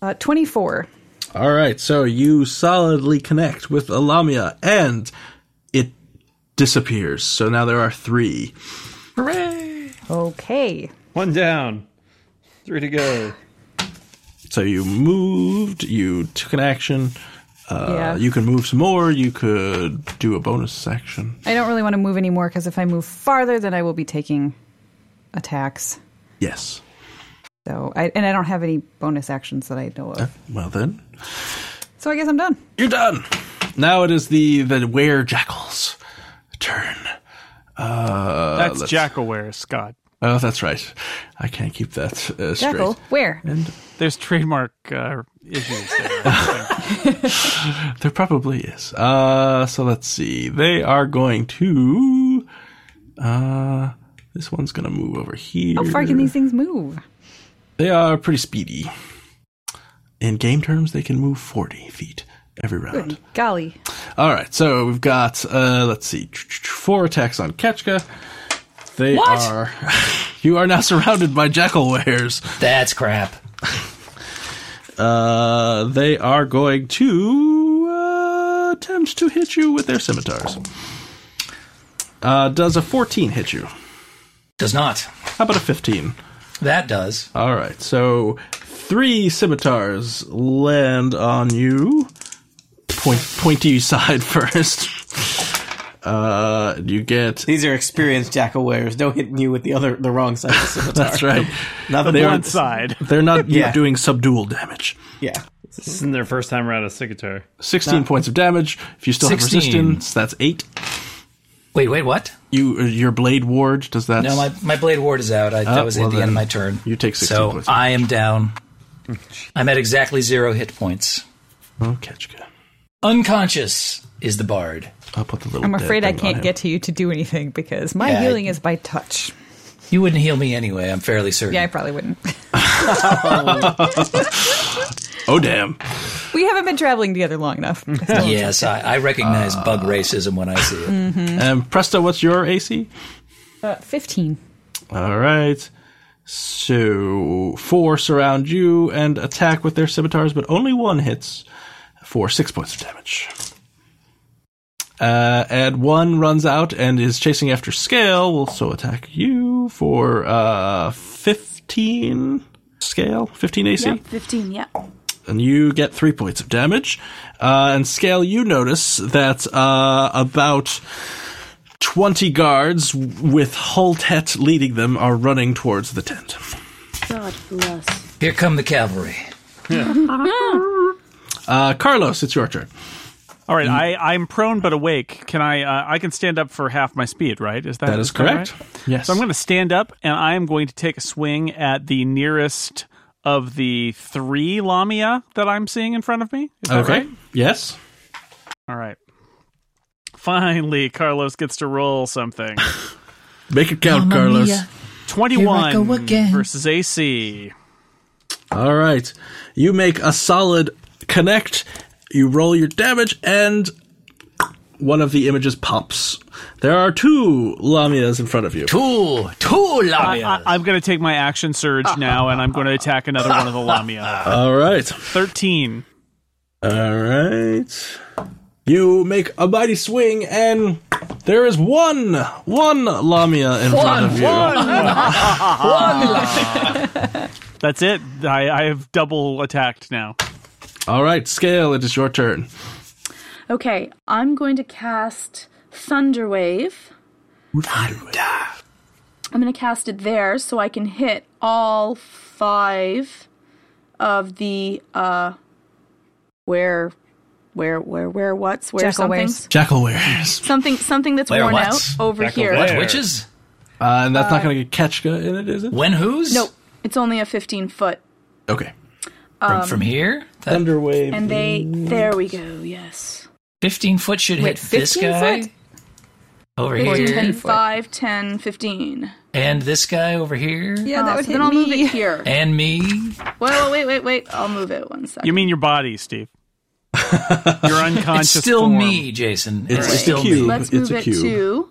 S4: Uh, Twenty-four.
S3: All right. So you solidly connect with Alamia, and it disappears. So now there are three.
S4: Okay.
S5: One down, three to go.
S3: So you moved. You took an action. Uh,
S4: yeah.
S3: You can move some more. You could do a bonus action.
S4: I don't really want to move anymore because if I move farther, then I will be taking attacks.
S3: Yes.
S4: So, I, and I don't have any bonus actions that I know of.
S3: Well then,
S4: So I guess I'm done.
S3: You're done. Now it is the the were jackals turn. Uh,
S1: That's
S3: let's-
S1: jackalware, Scott.
S3: Oh, that's right. I can't keep that uh, straight.
S4: Jackal, where?
S1: There's trademark uh, issues. There.
S3: There probably is. Uh, so let's see. They are going to. Uh, this one's going to move over here.
S4: How far can these things move?
S3: They are pretty speedy. In game terms, they can move forty feet every round.
S4: Golly.
S3: All right, so we've got uh, let's see, four attacks on Ketchka. They
S2: What?
S3: are. you are now surrounded by jackal wares.
S2: That's crap.
S3: Uh, they are going to uh, attempt to hit you with their scimitars. Uh, does a fourteen hit you?
S2: Does not.
S3: How about a fifteen?
S2: That does.
S3: All right, so three scimitars land on you. Point, pointy side first. Uh, you get
S7: These are experienced jackal wearers. Don't hit you with the other the wrong side of the scimitar.
S3: That's right.
S7: Not the
S3: They
S7: one
S3: are-
S1: One side.
S3: They're not
S7: Yeah.
S3: doing subdual damage.
S7: Yeah.
S5: This isn't their first time around a sicatar.
S3: 16 points of damage. If you still
S2: 16.
S3: have resistance, that's 8.
S2: Wait, wait, what?
S3: You uh, your blade ward does that
S2: No, my, my blade ward is out. I, that
S3: Oh,
S2: was
S3: well
S2: at the end
S3: then,
S2: of my turn.
S3: you take 16
S2: So
S3: points.
S2: I am down. I'm at exactly zero hit points.
S3: Oh, Ketchka.
S2: Unconscious is the bard.
S3: I'll put the little
S4: I'm
S3: dead
S4: afraid I
S3: thing on
S4: can't
S3: him.
S4: get to you to do anything because my
S2: Yeah, I-
S4: healing is by touch.
S2: You wouldn't heal me anyway. I'm fairly certain.
S4: Yeah, I probably wouldn't.
S3: Oh damn.
S4: we haven't been traveling together long enough.
S2: yes, I, I recognize bug racism when I see it.
S3: And Um, Presto, what's your AC?
S4: Uh, 15.
S3: All right. So, four surround you and attack with their scimitars, but only one hits for 6 points of damage. Uh, and one runs out and is chasing after Scale. Will so attack you for uh, 15 Scale, 15 AC,
S6: Yep, 15, yeah.
S3: and you get three points of damage. Uh, and Scale, you notice that uh, about 20 guards w- with Hultet leading them are running towards the tent.
S6: God bless.
S2: Here come the cavalry.
S3: Uh, Carlos, it's your turn.
S1: All right, I, I'm prone but awake. Can I? Uh, I can stand up for half my speed, right? Is that
S3: That is correct.
S1: right?
S3: Yes.
S1: So I'm going to stand up, and I am going to take a swing at the nearest of the three lamia that I'm seeing in front of me. Is that
S3: Okay.
S1: right?
S3: Yes.
S1: All right. Finally, Carlos gets to roll something.
S3: Make it count, Carlos.
S1: 21
S2: go again.
S1: versus AC.
S3: All right. You make a solid connect, you roll your damage, and one of the images pops. There are two Lamias in front of you.
S2: Two, two
S1: I,
S2: labias.
S1: I, am going to take my action surge now, and I'm going to attack another one of the Lamia.
S3: All right.
S1: 13.
S3: All right. You make a mighty swing, and there is one, one Lamia in front of you.
S1: That's it. I, I have double attacked now.
S3: All right, Scale, it is your turn.
S6: Okay, I'm going to cast Thunder Wave. I'm going to cast it there so I can hit all five of the uh where where where where what's where
S4: Jackal
S6: something
S4: wares.
S3: Jackal wears.
S6: something something that's
S2: Where
S6: worn
S2: what's?
S6: out over
S5: Jackal
S6: here.
S5: wares.
S2: What, witches?
S3: Uh, and that's not going to get Ketchka in it, is it?
S2: When who's?
S6: No, it's only a 15 foot
S3: Okay.
S2: From, from here? That
S3: Thunderwave.
S6: and they there we go. Yes.
S2: 15 foot should
S4: Wait,
S2: hit this
S4: 15
S2: guy.
S4: foot?
S2: Over
S6: Or
S2: here.
S6: 10,
S4: 10 foot.
S6: 5, 10, 15.
S2: And this guy over here.
S4: Yeah,
S6: Uh, so then I'll move it here.
S2: And me.
S6: Wait, wait, wait, wait. I'll move it one second.
S1: You mean your body, Steve? Your
S2: It's
S1: unconscious.
S2: still
S1: form.
S2: me, Jason. It's,
S3: It's a
S2: still
S3: cube.
S2: me.
S6: Let's
S3: It's
S6: move
S3: a
S6: it
S3: cube.
S6: to.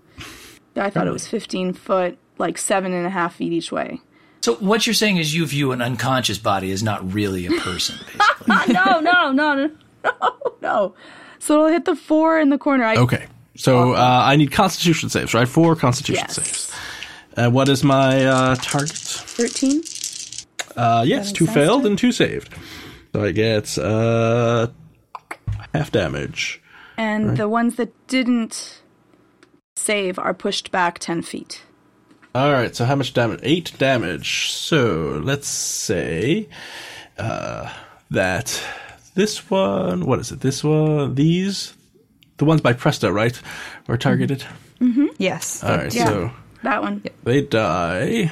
S6: I thought it was 15 foot, like seven and a half feet each way.
S2: So what you're saying is you view an unconscious body as not really a person, basically.
S6: Ah, no, no, no, no, no, no. So it'll hit the four in the corner. I,
S3: Okay. So uh, I need Constitution saves, right? Four Constitution saves.
S6: Yes.
S3: Uh, what is my uh, target?
S6: 13?
S3: Uh, yes, two failed and two saved. So I get uh, half damage.
S6: And the ones that didn't save are pushed back 10 feet.
S3: All right. So how much damage? Eight damage. So let's say uh, that this one. What is it? This one. These. The ones by Presto, right? Were targeted.
S4: Mm-hmm. Yes.
S3: All right.
S6: Yeah.
S3: So
S6: That one.
S3: they die,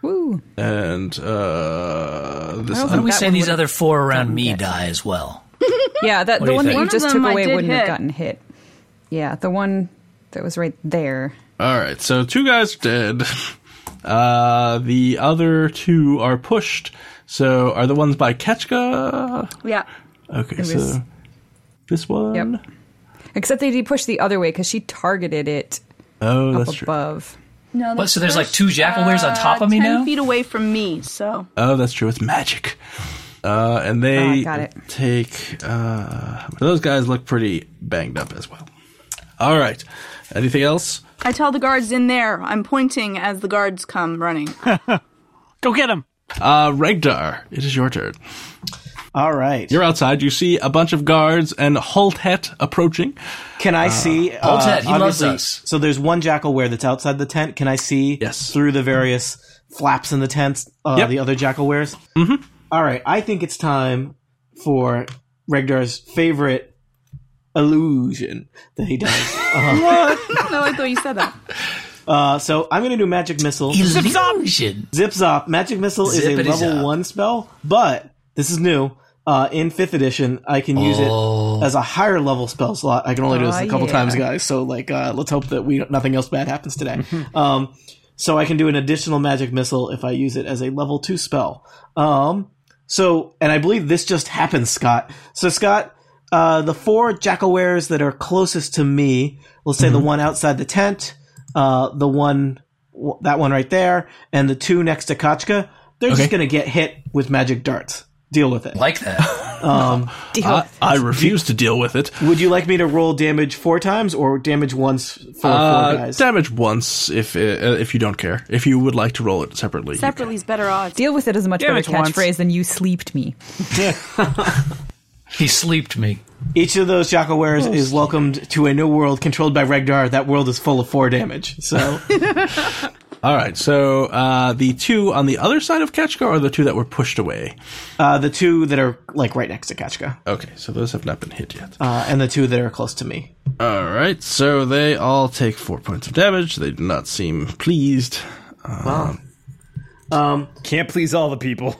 S4: Woo.
S3: and uh, this.
S4: don't
S2: Why don't we
S4: That
S2: say
S4: one
S2: these
S4: would've
S2: other four around
S4: gotten
S2: me
S4: hit.
S2: die as well?
S4: Yeah, that
S2: do
S4: the
S2: you
S4: one that
S2: think?
S4: you
S2: One
S6: of
S4: just
S6: them
S4: took
S6: I
S4: away
S6: did
S4: wouldn't have
S6: hit.
S4: gotten hit. Yeah, the one that was right there.
S3: All right, so two guys are dead. Uh, the other two are pushed. So are the ones by Ketchka?
S6: Yeah.
S3: Okay,
S4: It
S3: so
S4: was-
S3: this one.
S4: Yep. Except they did push the other way because she targeted it
S3: Oh,
S4: up
S3: that's true.
S4: above.
S6: No,
S2: What,
S6: that's
S2: so there's like
S6: pushed,
S2: two jackalwares on top of me
S6: 10
S2: now?
S6: feet away from me, so.
S3: Oh, that's true. It's magic. Uh, and they
S4: Ah, got it.
S3: take. Uh, those guys look pretty banged up as well. All right. Anything else?
S6: I tell the guards in there. I'm pointing as the guards come running.
S1: Go get him.
S3: Uh, Regdar, it is your turn.
S7: All right.
S3: You're outside. You see a bunch of guards and Holtet approaching.
S7: Can I see? Uh,
S2: Ted, he loves
S7: obviously-
S2: us.
S7: So there's one jackalware that's outside the tent. Can I see
S3: Yes.
S7: through the various flaps in the tents uh,
S3: Yep.
S7: the other jackalwares? Mm-hmm. right. I think it's time for Regdar's favorite illusion that he does.
S6: no, I thought you said that.
S7: uh, so I'm going to do magic missile.
S2: Illusion.
S7: Zip Zop. Magic Missile is a
S2: Zippity
S7: level
S2: zap.
S7: one spell, but this is new. Uh, in fifth edition, I can use it as a higher level spell slot. I can only do this
S4: Aw,
S7: a couple
S4: yeah.
S7: times, guys. So, like, uh, let's hope that we nothing else bad happens today. um, so I can do an additional magic missile if I use it as a level two spell. Um, so, and I believe this just happened, Scott. So, Scott, uh, the four jackalwares that are closest to me, let's say the one outside the tent, uh, the one, w- that one right there, and the two next to Kachka, they're just going to get hit with magic darts. Deal with it.
S2: Like that.
S4: Deal.
S3: I, Uh, I refuse to deal with it.
S7: Would you like me to roll damage four times or damage once for
S3: Uh,
S7: four guys?
S3: damage once if uh, if you don't care. If you would like to roll it separately. you can.
S6: Separately's better odds.
S4: Deal with it is a much
S1: Damn
S4: better
S1: it, once.
S4: catchphrase than you sleeped me.
S2: he sleeped me.
S7: Each of those jackalwares is welcomed to a new world controlled by Regdar. That world is full of four damage. So
S3: All right. So uh, the two on the other side of Ketchka are the two that were pushed away.
S7: uh, the two that are like right next to Kachka,
S3: Okay. So those have not been hit yet.
S7: uh, and the two that are close to me.
S3: All right. So they all take four points of damage. They do not seem pleased.
S5: Can't please all the people.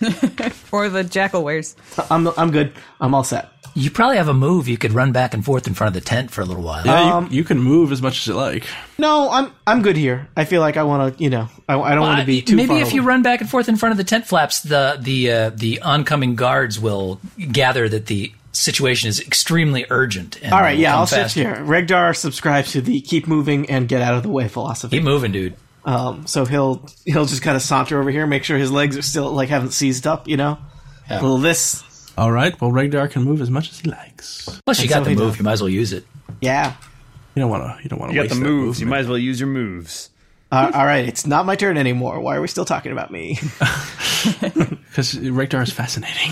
S4: Or the jackal wares.
S7: I'm I'm good. I'm all set.
S2: You probably have a move you could run back and forth in front of the tent for a little while.
S3: Yeah, you, you can move as much as you like.
S7: No, I'm I'm good here. I feel like I want to, you know, I, I don't want to
S2: Uh,
S7: be too.
S2: maybe
S7: far
S2: if you
S7: away.
S2: run back and forth in front of the tent flaps, the the uh, the oncoming guards will gather that the situation is extremely urgent. And
S7: All right,
S2: will
S7: yeah,
S2: come
S7: I'll shift
S2: fast.
S7: here. Regdar subscribes to the keep moving and get out of the way
S2: Keep
S7: philosophy.
S2: moving, dude.
S7: Um, so he'll he'll just kind of saunter over here, make sure his legs are still like haven't seized up, you know. A little this,
S3: All right. Well, Regdar can move as much as he likes.
S2: Plus, you
S7: And
S2: got
S7: so
S2: the
S7: he
S2: move.
S7: does.
S2: You might as well use it.
S7: yeah.
S3: You don't want to. You don't want to.
S5: You got
S3: waste
S5: the
S3: that
S5: moves. You
S3: movement.
S5: might as well use your moves.
S7: Uh, all right, it's not my turn anymore. Why are we still talking about me?
S3: Because Regdar is fascinating.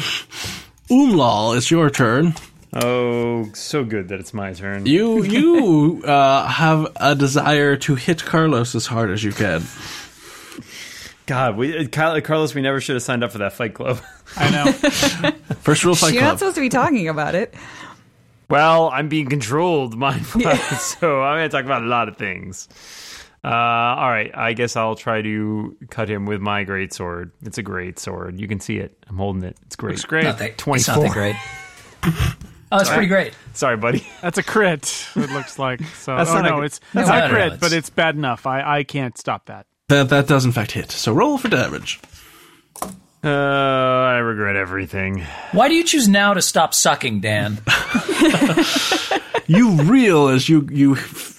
S3: Umlal, it's your turn.
S5: Oh, so good that it's my turn.
S3: You you uh, have a desire to hit Carlos as hard as you can.
S5: God, we, Car- Carlos, we never should have signed up for that fight club.
S1: I know.
S3: First rule of Fight
S4: You're
S3: Club.
S4: not supposed to be talking about it.
S5: Well, I'm being controlled, mind so I'm going to talk about a lot of things. Uh, all right, I guess I'll try to cut him with my great sword. It's a great sword. You can see it. I'm holding it. It's great. It's great.
S2: Not that, it's not that
S5: 24.
S2: great. oh, that's pretty great.
S5: Sorry, buddy.
S1: That's a crit. It looks like. So
S5: That's
S1: oh,
S5: not a-
S1: no, it's
S2: that's
S1: not
S2: not
S1: a
S2: a-
S1: crit,
S2: no, it's-
S1: but it's bad enough. I I can't stop that.
S3: that that does in fact hit. So roll for damage.
S5: Uh, I regret everything.
S2: Why do you choose now to stop sucking, Dan?
S3: You reel as you you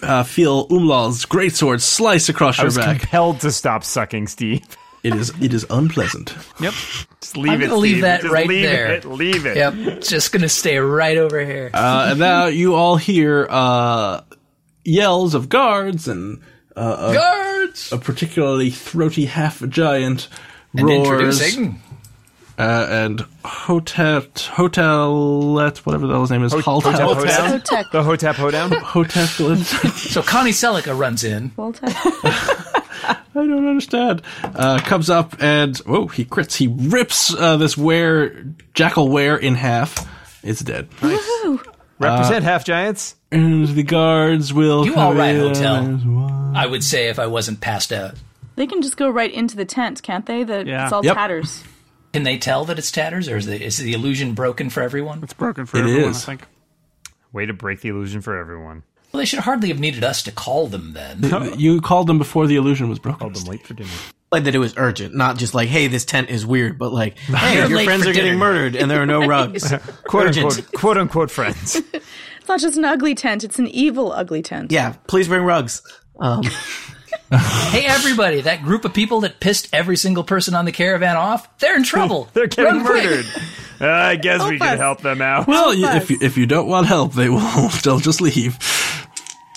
S3: uh, feel Umlal's greatsword slice across
S5: I
S3: your
S5: was
S3: back.
S5: compelled to stop sucking, Steve.
S3: It is it is unpleasant.
S5: Yep. Just leave
S2: I'm
S5: it.
S2: gonna leave
S5: Steve.
S2: that
S5: Just
S2: right
S5: leave
S2: there.
S5: It. Leave it.
S2: yep, just gonna stay right over here.
S3: Uh, and now you all hear uh, yells of guards and
S2: Guards.
S3: a particularly throaty half giant
S2: And
S3: roars.
S2: introducing
S3: uh, and hotel hotelet whatever the hell's name is Haltel-
S5: Hotep Hoedown?
S6: Hotep.
S5: The Hotep Hoedown?
S3: hotelet
S2: So Connie Selica runs in.
S6: Well, t-
S3: I don't understand. Uh, comes up and whoa, he crits. He rips uh, this ware jackal ware in half. It's dead.
S2: Uh,
S5: Represent half giants.
S3: And the guards will.
S2: You
S3: come
S2: all right,
S3: in.
S2: hotel? I would say if I wasn't passed out.
S6: they can just go right into the tent, can't they? The,
S1: Yeah.
S6: It's all
S3: Yep.
S6: tatters.
S2: Can they tell that it's tatters, or is the, is the illusion broken for everyone?
S1: It's broken for
S3: It
S1: everyone.
S3: is.
S1: I think.
S5: Way to break the illusion for everyone.
S2: Well, they should hardly have needed us to call them then.
S3: You called them before the illusion was broken.
S5: Called them late for dinner.
S7: like that it was urgent, not just like, hey, this tent is weird, but like, hey,
S2: You're
S7: your
S2: late
S7: friends
S2: for
S7: are getting
S2: dinner.
S7: murdered and there are no rugs.
S5: Quote
S7: Urgent.
S5: unquote, quote unquote friends.
S6: It's not just an ugly tent, it's an evil ugly tent.
S7: Yeah, please bring rugs. Um,
S2: hey, everybody! That group of people that pissed every single person on the caravan off—they're in trouble.
S5: They're getting
S2: Run quick.
S5: murdered. Uh, I guess we
S6: Help
S5: can
S6: us.
S5: help them out.
S3: Well, you, if you, if you don't want help, they will. They'll just leave.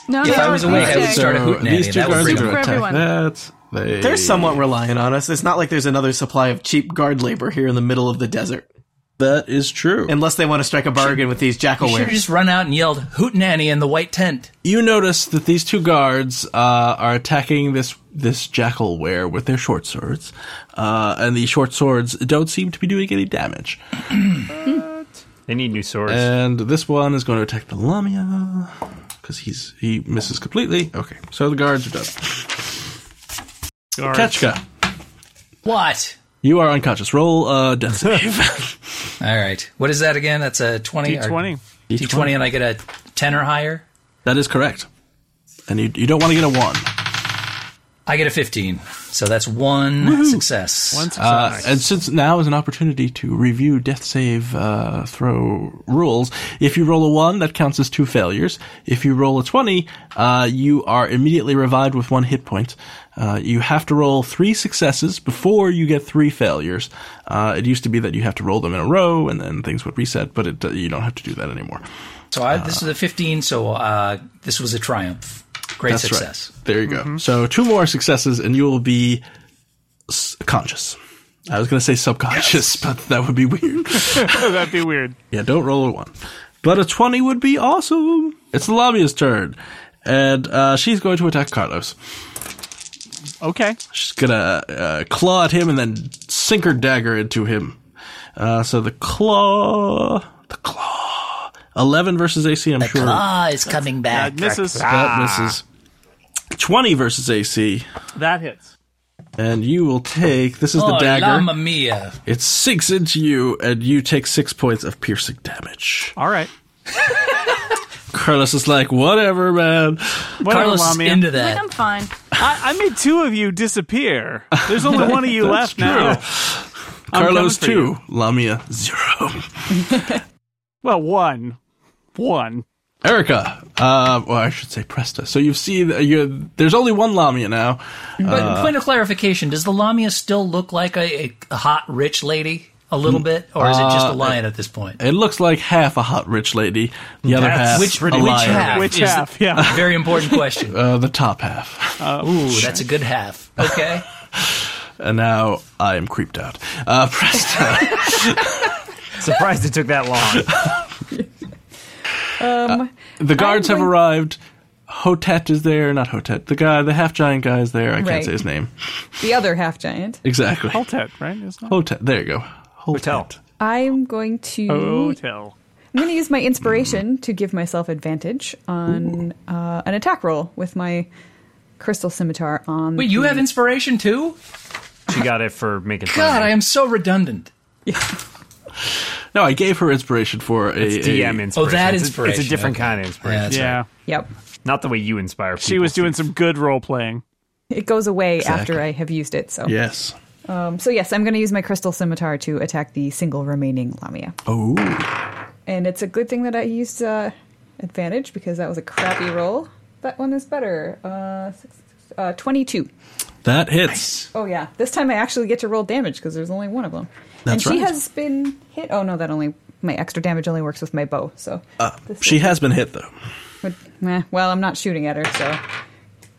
S6: No,
S2: If
S6: no,
S2: I was
S6: no,
S2: awake, I
S6: no.
S2: would start a
S3: So
S2: hootenanny.
S3: these two
S2: That would
S3: guards
S2: bring
S3: are
S2: them.
S3: going to
S6: For
S3: attack
S6: everyone.
S3: that. They
S7: they're somewhat relying on us. It's not like there's another supply of cheap guard labor here in the middle of the desert,
S3: that is true.
S7: unless they want to strike a bargain with these
S2: You should have
S7: jackalwares.
S2: just run out and yelled "Hootenanny" in the white tent.
S3: you notice that these two guards uh, are attacking this this jackal ware with their short swords, uh, and the short swords don't seem to be doing any damage.
S5: They need new swords.
S2: Uh,
S3: And this one is going to attack the Lamia because he's he misses completely. Okay, so the guards are done.
S1: Guards.
S3: Ketchka,
S2: What?
S3: you are unconscious. Roll uh, death save.
S2: All right. What is that again? That's a twenty. or-
S1: D20.
S2: D20, and I get a ten or higher.
S3: that is correct. And you, you don't want to get a one.
S2: I get a fifteen. So that's one success.
S1: One success.
S3: Uh, And since now is an opportunity to review death save uh, throw rules, if you roll a one, that counts as two failures. If you roll a twenty, uh, you are immediately revived with one hit point. Uh, you have to roll three successes before you get three failures. Uh, it used to be that you have to roll them in a row and then things would reset, but it, uh, you don't have to do that anymore.
S2: So I, this was a 15. So uh, this was a triumph. Great
S3: That's
S2: success.
S3: right. There you go. So two more successes, and you will be s- conscious. I was going to say subconscious, but that would be weird.
S1: That'd be weird.
S3: Yeah, don't roll a one. But a 20 would be awesome. It's Lamia's turn. And uh, she's going to attack Carlos.
S1: Okay.
S3: She's going to uh, claw at him and then sink her dagger into him. Uh, so the claw. The claw. 11 versus AC, I'm sure.
S2: Ah, is coming back.
S1: That misses.
S3: That misses. 20 versus AC.
S1: That hits.
S3: And you will take. This is the
S2: oh,
S3: dagger.
S2: Llama Mia.
S3: It sinks into you, and you take six points of piercing damage.
S1: All right.
S3: Carlos is like, whatever, man.
S1: Whatever,
S2: Carlos is
S1: Lamia.
S2: into
S6: Like,
S2: that.
S6: I'm fine.
S1: I, I made two of you disappear. There's only one of you left now. I'm
S3: Carlos
S1: coming for
S3: two, Lamia zero.
S1: Well, one. One.
S3: Erica, uh, well, I should say Presta. So you've seen uh, you're, there's only one Lamia now.
S2: But
S3: Uh,
S2: point of clarification: Does the Lamia still look like a, a hot rich lady a little
S3: Mm,
S2: bit, or is it just a
S3: uh,
S2: lion at this point?
S3: It looks like half a hot rich lady. The other half,
S2: which
S3: a
S2: which
S3: lion.
S2: half?
S1: Which
S2: is
S1: half?
S2: the-
S1: Yeah.
S2: Very important question.
S3: Uh, the top half.
S2: Ooh, that's a good half. Okay.
S3: And now I am creeped out. Uh, Presta,
S5: Surprised it took that long.
S3: the guards
S4: I'm
S3: have
S4: going-
S3: arrived. Hotet is there, not Hotet. The guy, the half giant guy is there. I can't
S4: Right.
S3: say his name
S4: The other half giant.
S3: exactly.
S1: Hotel, right? Isn't it?
S3: Hotet. There you go.
S5: Hotel.
S3: Hotet.
S4: I'm going to.
S3: Oh,
S1: Hotel.
S4: I'm going to use my inspiration to give myself advantage on uh, an attack roll with my crystal scimitar on.
S2: Wait, you have inspiration too?
S5: She got it for making fun.
S2: God,
S5: of
S2: I
S5: me.
S2: am so redundant.
S3: No, I gave her inspiration for a
S5: It's DM
S3: a-
S5: inspiration.
S2: Oh, that
S5: It's a- It's a,
S2: inspiration,
S5: different
S2: okay.
S5: kind of inspiration.
S2: that's
S1: Yeah.
S4: Yep.
S5: Not the way you inspire. People.
S1: She was doing some good role playing.
S4: It goes away
S3: Exactly.
S4: after I have used it. So,
S3: yes.
S4: um, so yes, I'm going to use my crystal scimitar to attack the single remaining Lamia.
S3: Oh,
S4: And it's a good thing that I used uh, advantage because that was a crappy roll. That one is better. Uh, six, six, uh, 22.
S3: that hits.
S4: Oh, yeah. This time I actually get to roll damage because there's only one of them. and
S3: That's
S4: she
S3: right.
S4: has been hit. Oh, no, that only. My extra damage only works with my bow. So, this
S3: Uh, She
S4: is-
S3: has been hit though.
S4: would- meh, well, I'm not shooting at her, so.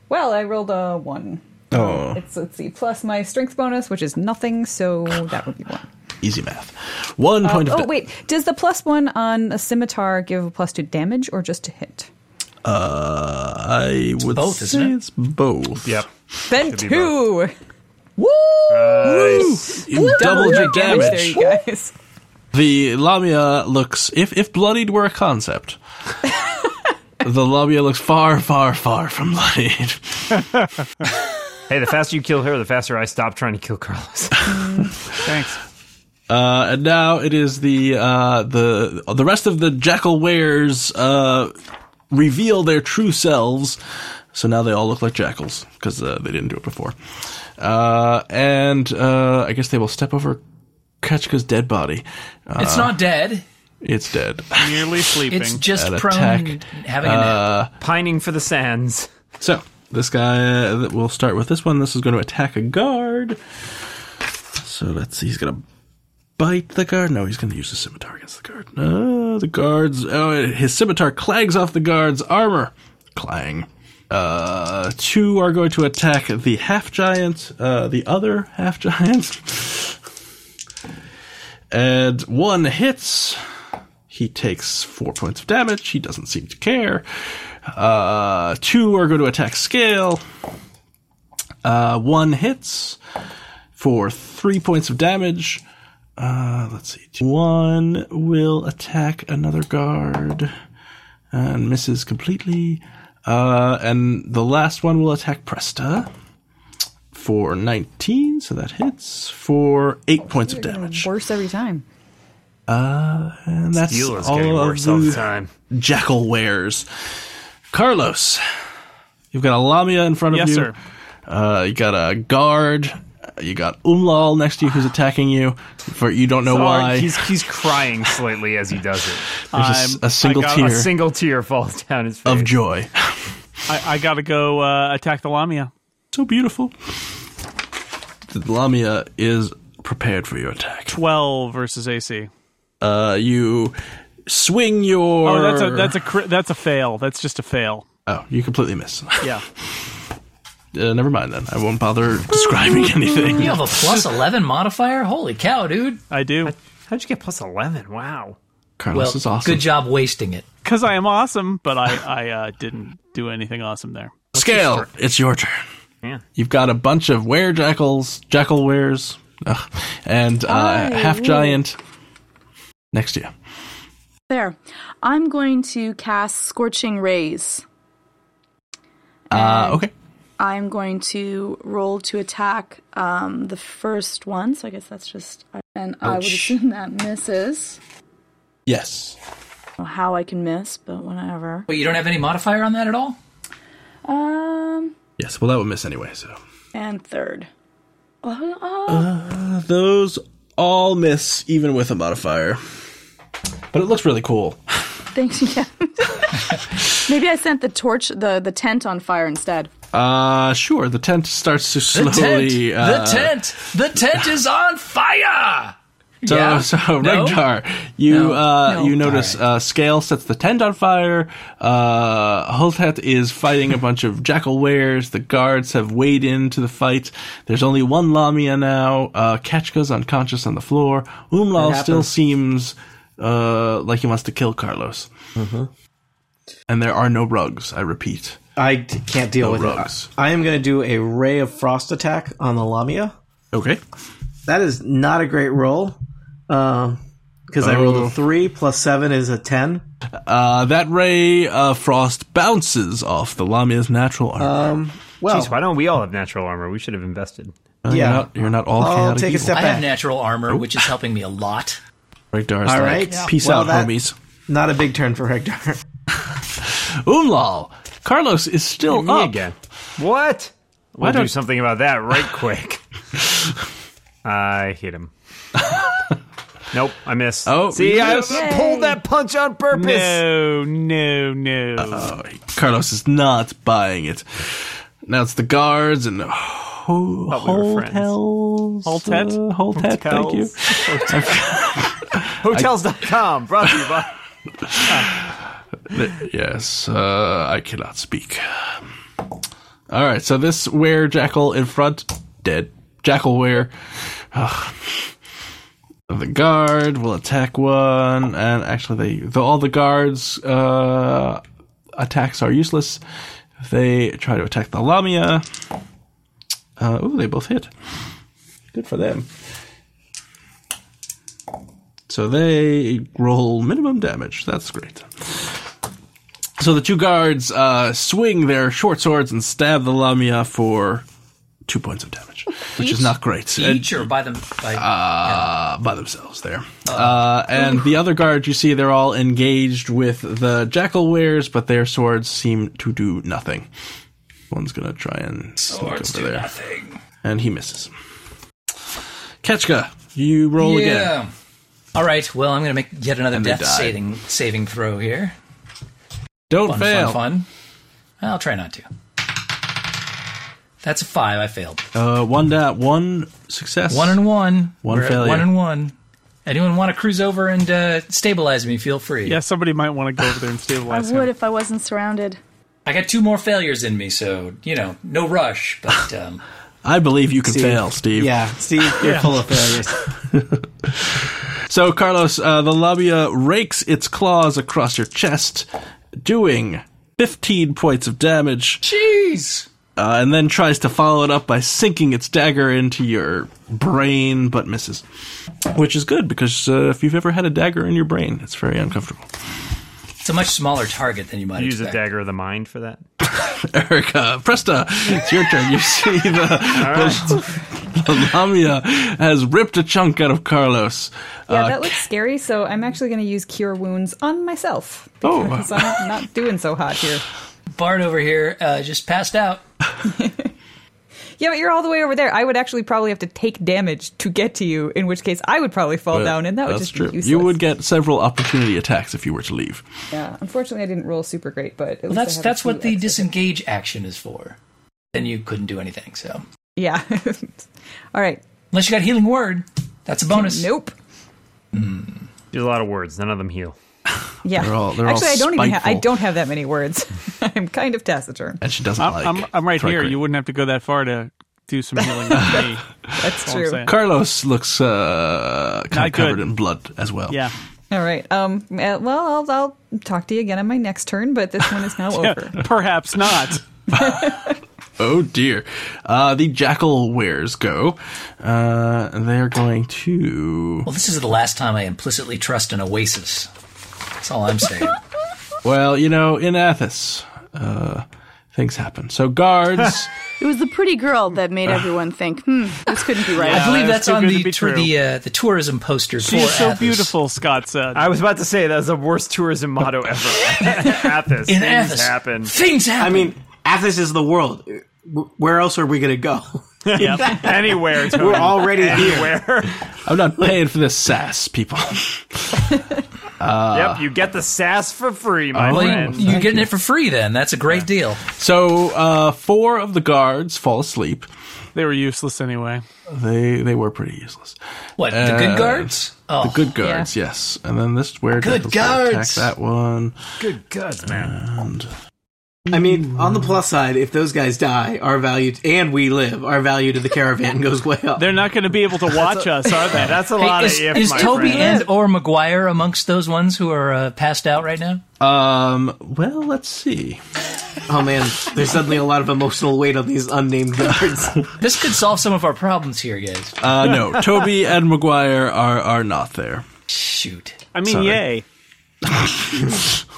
S4: Well, I rolled a 1.
S3: Oh.
S4: It's, let's see, plus my strength bonus, which is nothing, so that would be 1.
S3: Easy math. One point of
S4: Oh
S3: da-
S4: wait, does the plus one on a scimitar give a plus to damage or just to hit?
S3: Uh, I would
S2: both,
S3: say
S2: isn't it?
S3: it's both.
S5: Yep.
S4: Then
S5: Should be
S4: two. Woo!
S3: You doubled your
S4: There
S3: damage.
S4: you guys.
S3: The Lamia looks, if if bloodied were a concept, the Lamia looks far, far, far from bloodied.
S5: Hey, the faster you kill her, the faster I stop trying to kill Carlos.
S1: Thanks.
S3: Uh, and now it is the uh, the the rest of the jackal wares uh, reveal their true selves. So now they all look like jackals because uh, they didn't do it before. Uh, and uh, I guess they will step over Ketchka's dead body. Uh,
S2: It's not dead.
S3: it's dead.
S1: Nearly sleeping.
S2: It's just
S3: An
S2: prone
S3: attack.
S2: and having a
S3: Uh,
S2: nap.
S5: Pining for the sands.
S3: So this guy, uh, we'll start with this one. This is going to attack a guard. So let's see. He's going to bite the guard. No, he's going to use the scimitar against the guard. No, the guard's. Oh, his scimitar clags off the guard's armor. Clang. Uh, two are going to attack the half giant, uh, the other half giant. And one hits. He takes four points of damage. He doesn't seem to care. Uh, two are going to attack scale. Uh, one hits for three points of damage. Uh, let's see. Two- One will attack another guard and misses completely. Uh, and the last one will attack Presta for 19, so that hits for eight points of damage.
S4: Worse every time.
S3: And that's
S5: Deal is
S3: all
S5: getting
S3: of
S5: worse all
S3: the-
S5: the time.
S3: jackal wares. Carlos, you've got a Lamia in front of
S1: Yes,
S3: you.
S1: sir.
S3: Uh, you got a guard. Uh, You got Umlal next to you who's attacking you. For you don't know why.
S5: Sorry, He's he's crying slightly as he does it.
S3: There's a s-
S1: I'm-
S3: a, single
S1: I got a
S3: tear
S5: A single tear falls down his face.
S3: of joy.
S1: I, I gotta go uh, attack the Lamia.
S3: so beautiful. The Lamia is prepared for your attack.
S1: 12 versus AC.
S3: Uh, you swing your.
S1: Oh, that's a that's a cri- that's a fail. That's just a fail.
S3: Oh, you completely miss.
S1: Yeah.
S3: Uh, never mind then. I won't bother describing anything.
S2: You have a plus 11 modifier? Holy cow, dude.
S1: I do.
S5: How'd you get plus eleven? Wow.
S3: Carlos
S2: Well,
S3: is awesome.
S2: good job wasting it.
S1: Because I am awesome, but I, I uh, didn't do anything awesome there.
S3: Scale, it's your turn.
S5: Yeah.
S3: You've got a bunch of were jackals, jackal wares, ugh, and uh, half giant next to you.
S6: There. I'm going to cast Scorching Rays.
S3: Uh, okay.
S6: I'm going to roll to attack um, the first one. So I guess that's just. And I would assume that misses.
S3: Yes.
S6: I don't know how I can miss, but whatever.
S2: Wait, you don't have any modifier on that at all?
S6: Um,
S3: Yes. Well, that would miss anyway. So
S6: and third. Oh, oh.
S3: those all miss, even with a modifier. But it looks really cool.
S6: Thanks. Yeah. Maybe I sent the torch, the the tent on fire instead.
S3: Uh, sure. The tent starts to
S2: The
S3: slowly.
S2: tent. the
S3: uh,
S2: tent. The tent is on fire.
S3: So,
S2: yeah.
S3: so
S2: No?
S3: Regdar, you
S2: No.
S3: uh,
S2: No.
S3: you notice
S2: All
S3: uh, Scale sets the tent on fire. Uh, Holtet is fighting a bunch of jackal wares. The guards have weighed into the fight. There's only one Lamia now. Uh, Kachka's unconscious on the floor. Umlal
S7: It
S3: still
S7: happens.
S3: seems uh, like he wants to kill Carlos.
S7: Mm-hmm.
S3: And there are no rugs. I repeat.
S7: I d- can't deal
S3: No
S7: with
S3: rugs.
S7: it. I am going to do a ray of frost attack on the Lamia.
S3: Okay.
S7: That is not a great roll. Because I rolled
S3: Oh.
S7: a three plus seven is a ten.
S3: Uh, that ray of frost bounces off the Lamia's natural armor. Oh.
S7: Well,
S5: Jeez, why don't we all have natural armor? We should have invested.
S3: Uh, you're
S7: yeah.
S3: not, you're not all
S7: I'll
S3: chaotic
S7: take a
S3: evil.
S7: step
S2: I
S7: back.
S2: have natural armor, which is helping me a lot.
S3: Regdar's
S7: All
S3: like,
S7: right. Yeah.
S3: peace
S7: Well,
S3: out,
S7: that-
S3: homies.
S7: Not a big turn for Hector.
S3: Umlal, Carlos is still
S5: Me
S3: Oh, up.
S5: again. What?
S3: Why
S5: We'll do
S3: don't-
S5: something about that right quick. I hit him. nope, I missed.
S3: Oh,
S5: see,
S3: you
S5: I
S3: missed.
S5: I pulled that punch on purpose. No, no, no.
S3: Carlos is not buying it. Now it's the guards and ho-
S5: Thought we were friends.
S3: hotels.
S5: Holtet?
S3: uh, Holtet, thank you.
S5: Hotels.com brought to you by.
S3: Yes, uh, I cannot speak. All right, so this were jackal in front, dead. Jackal were. Ugh. The guard will attack one, and actually, they though all the guards' uh, attacks are useless. They try to attack the Lamia. Uh, ooh, they both hit. Good for them. So they roll minimum damage. That's great. So the two guards uh, swing their short swords and stab the Lamia for two points of damage, which is not great. And-
S2: Each or by them. By,
S3: uh, by themselves there. Uh, and the other guard, you see, they're all engaged with the jackal wares, but their swords seem to do nothing. One's gonna try and sneak
S2: swords
S3: over
S2: do
S3: there,
S2: nothing.
S3: and he misses. Ketchka, you roll again.
S2: Yeah. All right. Well, I'm going to make yet another
S3: they
S2: death
S3: die.
S2: saving saving throw here.
S3: Don't
S2: Fun,
S3: fail.
S2: fun, fun. I'll try not to. That's a five. I failed.
S3: Uh, one da- one success.
S2: One and one.
S3: One
S2: We're at
S3: failure.
S2: One and one. Anyone want to cruise over and uh, stabilize me? Feel free.
S1: Yeah, somebody might want to go over there and
S6: I
S1: stabilize
S6: would
S1: him.
S6: if I wasn't surrounded.
S2: I got two more failures in me, so you know, no rush. But um,
S3: I believe you can
S7: Steve.
S3: fail, Steve.
S7: Yeah, Steve, you're full of failures.
S3: So, Carlos, uh, the labia rakes its claws across your chest, doing 15 points of damage.
S2: jeez,
S3: uh, and then tries to follow it up by sinking its dagger into your brain, but misses. Which is good because uh, if you've ever had a dagger in your brain, it's very uncomfortable.
S2: it's a much smaller target than you might
S5: Use a
S2: expect.
S5: dagger of the mind for that.
S3: Erica, Presta, it's your turn. You see the, the, the Lamia has ripped a chunk out of Carlos.
S4: Yeah,
S3: Uh,
S4: that looks scary. So I'm actually going to use Cure Wounds on myself
S3: Oh.
S4: because I'm not doing so hot here.
S2: Bard over here uh, just passed out.
S4: Yeah, but you're all the way over there. I would actually probably have to take damage to get to you, in which case I would probably fall down, and that would
S3: That's
S4: just
S3: true.
S4: be useless.
S3: You would get several opportunity attacks if you were to leave.
S4: Yeah, unfortunately, I didn't roll super great, but at least I
S2: That's
S4: have a
S2: that's
S4: few
S2: what the
S4: extra-
S2: disengage action is for. Then you couldn't do anything. So
S4: Yeah. all right.
S2: unless you got healing word, that's a bonus.
S4: Nope.
S5: There's a lot of words. None of them heal.
S4: Yeah.
S3: They're all- they're all
S4: actually, I don't even. Ha- I
S3: spiteful.
S4: don't have that many words. I'm kind of taciturn.
S3: And she doesn't like.
S1: I'm, I'm, I'm right here.
S3: trickery.
S1: You wouldn't have to go that far to do some healing with me.
S4: That's
S1: all I'm
S4: true.
S1: saying.
S3: Carlos looks uh, kind
S1: Not
S3: of covered
S1: good.
S3: in blood as well.
S1: Yeah.
S4: All right. Um. uh, Well, I'll, I'll talk to you again on my next turn, but this one is now over.
S1: Perhaps not.
S3: Oh dear. Uh, the jackal wares go. Uh, they're going to.
S2: Well, this is the last time I implicitly trust an oasis. That's all I'm saying.
S3: Well, you know, in Athos, uh, Things happen. So guards.
S6: It was the pretty girl that made everyone think, hmm, this couldn't be right.
S2: I believe
S1: that's
S2: that's
S1: too
S2: on
S1: good to
S2: the
S1: be
S2: tour,
S1: true.
S2: the uh, the tourism poster. for
S1: She's so
S2: Athos.
S1: beautiful, Scott said.
S5: I was about to say that's the worst tourism motto ever. Athos,
S2: In
S5: things
S2: Athos,
S5: happen.
S2: Things happen.
S7: I mean, Athens is the world. W- Where else are we going to go?
S5: Anywhere, Tony.
S7: We're already here.
S5: Anywhere.
S3: I'm not paying for this sass, people.
S5: yep, you get the sass for free, my
S2: Well, you-
S5: friend.
S2: you're getting it for free then. That's a great deal.
S3: so uh, four of the guards fall asleep.
S1: they were useless anyway.
S3: They they were pretty useless.
S2: What the
S3: Uh,
S2: good guards? Oh,
S3: The good guards, yes. And then this where
S2: Good guards!
S3: attack that one.
S5: Good God, man.
S3: And
S7: I mean, on the plus side, if those guys die, our value and we live, our value to the caravan goes way up.
S1: They're not going to be able to watch us, are they?
S5: That's a
S2: Hey,
S5: lot
S2: is,
S5: of if,
S2: is
S5: my
S2: Toby
S5: friend.
S2: and or McGuire amongst those ones who are uh, passed out right now?
S3: um, well, let's see.
S7: Oh man, there's suddenly a lot of emotional weight on these unnamed guards.
S2: This could solve some of our problems here, guys.
S3: Uh, no, Toby and Maguire are are not there.
S2: Shoot.
S1: I mean,
S3: Sorry.
S1: yay.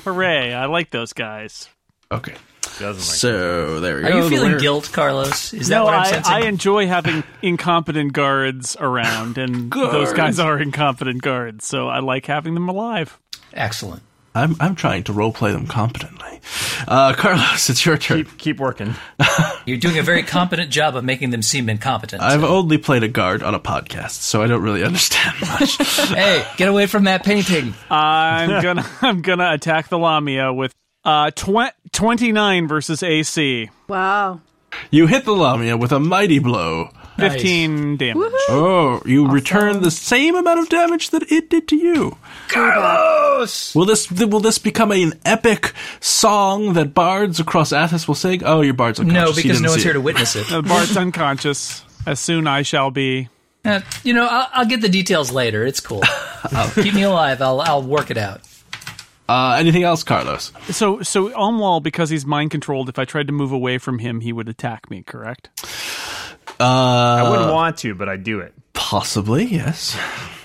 S1: Hooray. I like those guys.
S3: Okay,
S5: Doesn't like
S3: so there we
S2: Are
S3: go.
S2: you
S3: The
S2: feeling
S3: winner-
S2: guilt, Carlos? Is that
S1: No,
S2: what I'm
S1: I,
S2: sensing?
S1: I enjoy having incompetent guards around, and those guys are incompetent guards, so I like having them alive.
S2: Excellent.
S3: I'm I'm trying to roleplay them competently. Uh, Carlos, it's your turn.
S5: keep, keep working.
S2: You're doing a very competent job of making them seem incompetent.
S3: I've only played a guard on a podcast, so I don't really understand much.
S2: hey, get away from that painting.
S1: I'm gonna I'm gonna attack the Lamia with uh tw- 29 versus AC,
S6: Wow.
S3: you hit the Lamia with a mighty blow.
S1: 15 damage.
S3: Oh, you return the same amount of damage that it did to you. Carlos! Will this th- will this become an epic song that bards across Athos will sing? Oh, your bards unconscious.
S2: No,
S3: You
S2: because
S3: didn't
S2: no one's
S3: see
S2: here
S3: it.
S2: to witness it.
S1: The Bart's unconscious. As soon I shall be.
S2: Uh, you know, I'll, I'll get the details later. It's cool. Oh, Keep me alive. I'll, I'll work it out.
S3: Uh, anything else, Carlos?
S1: So so Omwal, because he's mind controlled, if I tried to move away from him, he would attack me, correct?
S5: I wouldn't want to, but I do it.
S3: Possibly, yes.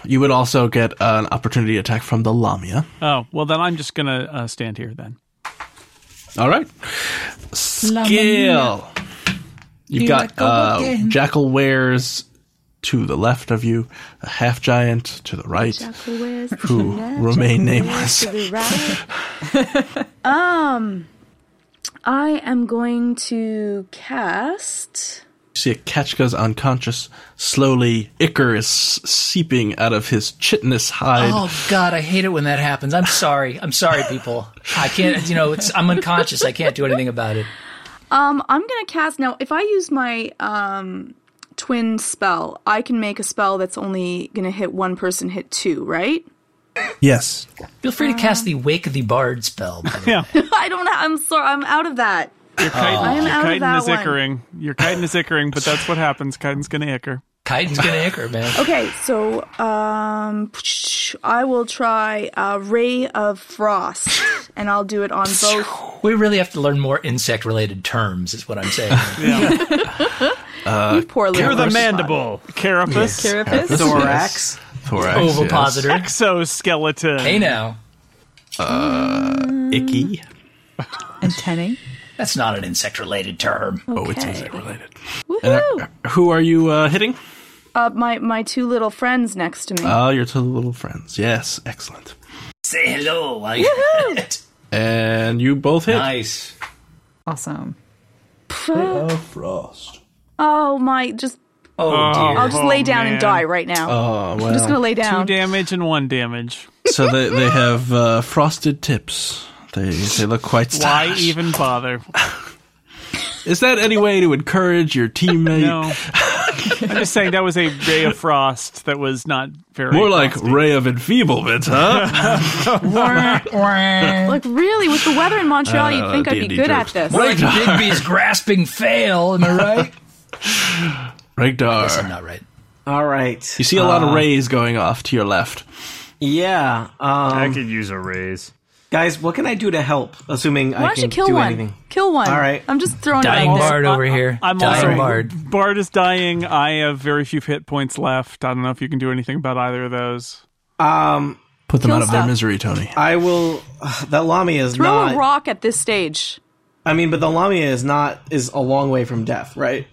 S3: You would also get an opportunity attack from the Lamia.
S1: Oh, well then I'm just gonna uh, stand here then.
S3: All right. Skill. You've got uh, Jackal Wares to the left of you, a half giant to the right, who remain nameless.
S6: um, I am going to cast.
S3: see Akachka's unconscious. Slowly, Icar is seeping out of his chitinous hide.
S2: Oh God, I hate it when that happens. I'm sorry. I'm sorry, people. I can't. You know, it's I'm unconscious. I can't do anything about it.
S6: Um, I'm gonna cast now. If I use my um twin spell, I can make a spell that's only gonna hit one person, hit two, right?
S3: Yes.
S2: Feel free to cast the Wake the Bard spell. by the way.
S1: Yeah.
S6: I don't. I'm sorry. I'm out of that. I am
S1: Your
S6: out of
S1: chitin
S6: that
S1: is
S6: one.
S1: ickering. Your chitin is ickering, but that's what happens. Chitin's gonna icker.
S2: Chitin's gonna anchor, man.
S6: Okay, so um, I will try uh, Ray of Frost, and I'll do it on both.
S2: We really have to learn more insect-related terms, is what I'm saying.
S3: Uh,
S6: you poor little.
S5: You're the
S6: Frost.
S5: mandible.
S1: uh, Carapace.
S4: Carapace?
S7: Thorax.
S3: Thorax.
S2: Ovipositor.
S1: Exoskeleton.
S2: Hey now,
S3: yes. Icky.
S4: Antennae?
S2: that's not an insect-related term.
S3: Oh, it's insect related. uh,
S6: Woohoo!
S3: Who are you uh, hitting?
S6: Uh, my my two little friends next to me.
S3: Ah, your two little friends. Yes, excellent.
S2: Say hello. while you-
S3: And you both hit.
S2: nice.
S4: Awesome.
S3: Frost.
S6: oh my! Just
S2: Oh, dear.
S6: I'll just lay
S1: Oh,
S6: down
S1: man.
S6: and die right now.
S3: Oh,
S6: I'm just gonna
S3: well.
S6: lay
S1: Two
S6: down.
S1: damage and one damage.
S3: so they, they have uh, frosted tips. They, they look quite
S1: Why
S3: stylish.
S1: even bother?
S3: Is that any way to encourage your teammate?
S1: No. I'm just saying that was a ray of frost that was not very
S3: More like
S1: frosty.
S3: Ray of Enfeeblement, huh?
S6: Like really, with the weather in
S3: Uh,
S6: Montreal, you'd think I'd be
S3: D&D
S6: good
S3: jokes.
S6: at this.
S2: Like Digby's grasping fail. Am I right? I'm
S3: Regdar.
S2: not right.
S7: All right. Uh,
S3: You see a lot of rays going off to your left.
S7: Yeah, um,
S5: I could use a raise.
S7: guys, what can I do to help? Assuming
S6: Why
S7: I
S6: don't
S7: can
S6: you kill
S7: do
S6: one?
S7: anything.
S6: Kill one.
S7: All right.
S6: I'm just throwing
S2: Dying
S6: it out there.
S2: bard over here.
S1: I'm
S2: Dying
S1: also
S2: bard.
S1: Bard is dying. I have very few hit points left. I don't know if you can do anything about either of those.
S7: Um,
S3: Put them
S6: Kill
S3: out of their
S6: stuff.
S3: misery, Tony.
S7: I will. that Lamia is
S6: Throw
S7: not.
S6: a rock at this stage.
S7: I mean, but the Lamia is not is a long way from death, right?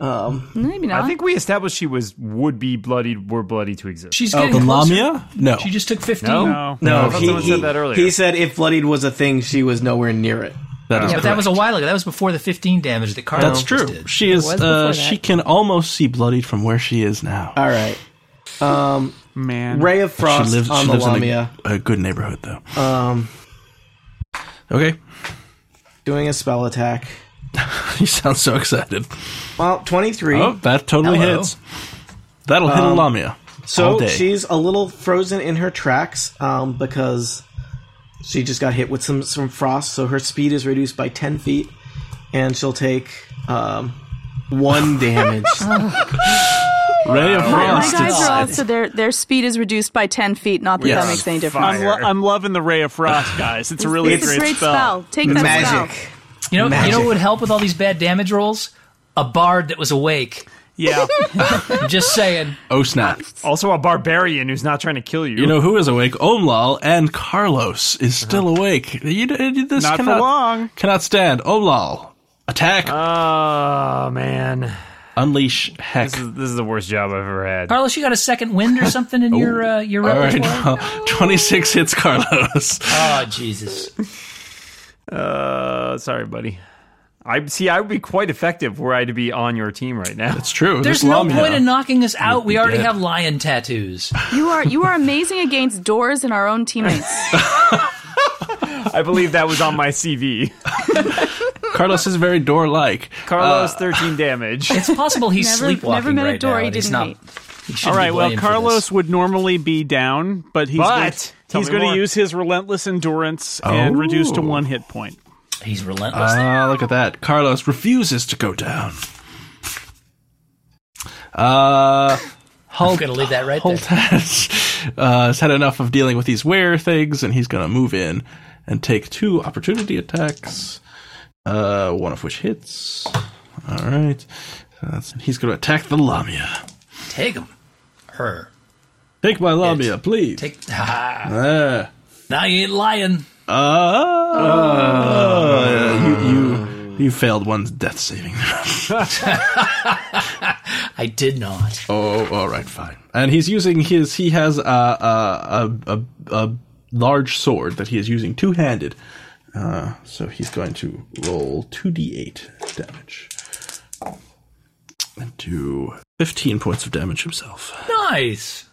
S7: Um,
S4: Maybe not.
S5: I think we established she was would be bloodied, were bloody to exist.
S2: She's
S3: Oh,
S2: getting
S3: the
S2: closer.
S3: Lamia? No.
S2: She just took 15.
S5: no,
S7: no,
S5: I thought
S7: he,
S5: someone
S7: he-
S5: said that earlier.
S7: He said if bloodied was a thing, she was nowhere near it.
S3: that is
S2: But that was a while ago. That was before the 15 damage that Carl
S3: That's
S2: just
S3: true.
S2: did.
S3: She is.
S4: was before
S3: Uh,
S4: that.
S3: she can almost see bloodied from where she is now.
S7: All right,
S1: Man.
S7: Ray of Frost
S3: she lives.
S7: on
S3: she
S7: the
S3: lives in
S7: Lamia,
S3: a, a good neighborhood, though. Um. Okay.
S7: doing a spell attack.
S3: You sound so excited.
S7: Well, twenty three.
S3: Oh, that totally
S2: Hello.
S3: hits. That'll hit a Lamia. all
S7: So
S3: day.
S7: she's a little frozen in her tracks um, because she just got hit with some some frost. So her speed is reduced by ten feet, and she'll take um, one damage.
S3: Oh, Ray of
S6: My
S3: Frost.
S6: guys
S3: is-
S6: are also their their speed is reduced by ten feet. Not that
S3: Yes.
S6: that makes any difference.
S1: I'm, lo- I'm loving the Ray of Frost, guys. It's a really
S6: It's a
S1: great,
S6: great spell. Take that
S7: Magic.
S6: spell.
S2: You know, you
S7: Magic.
S2: know what would help with all these bad damage rolls? A bard that was awake.
S1: Yeah.
S2: I'm just saying.
S3: Oh snap!
S5: also a barbarian who's not trying to kill you.
S3: You know who is awake? Omlal and Carlos is still awake. You, you- this
S1: Not for
S3: cannot,
S1: long.
S3: Cannot stand. Omlal, attack!
S5: oh man,
S3: Unleash heck.
S5: this is, this is the worst job I've ever had.
S2: Carlos, you got a second wind or something
S3: Oh.
S2: in your uh, your
S3: All right,
S2: repertoire?
S3: now, twenty-six hits Carlos.
S2: Oh Jesus!
S5: Uh, sorry, buddy. I see. I would be quite effective were I to be on your team right now.
S3: It's true.
S2: There's
S3: this
S2: no
S3: Lamia-
S2: point in knocking us out. We
S3: be
S2: already
S3: dead.
S2: have lion tattoos.
S6: You are you are amazing against doors and our own teammates.
S5: I believe that was on my CV.
S3: Carlos is very door-like.
S5: Carlos, thirteen damage.
S2: It's possible he's
S6: Never-
S2: sleepwalking
S6: never met a
S2: right
S6: door
S2: now,
S6: he
S2: and he's
S6: didn't
S2: not.
S6: hate.
S2: he shouldn't
S1: All
S2: be
S1: right. Well,
S2: blamed for
S1: Carlos
S2: this.
S1: would normally be down, but he's
S5: But-
S1: going, he's
S5: Tell me
S1: going
S5: more.
S1: to use his relentless endurance and reduce to
S3: Oh.
S1: one hit point.
S2: he's relentless.
S3: Ah, look at that. Carlos refuses to go down. Uh,
S2: I'm gonna leave that right
S3: Holt
S2: there.
S3: has, uh, has had enough of dealing with these wear things, and he's going to move in and take two opportunity attacks, uh, one of which hits. All right. So that's, he's going to attack the Lamia.
S2: Take him, her.
S3: Take my Lamia, please.
S2: Take. Ah,
S3: Ah.
S2: now you ain't lying.
S3: Ah. you, you, you failed one death saving
S2: I did not.
S3: Oh, all right, fine. And he's using his. He has a a a, a, a large sword that he is using two handed. Uh, so he's going to roll two d eight damage and do fifteen points of damage himself.
S2: Nice.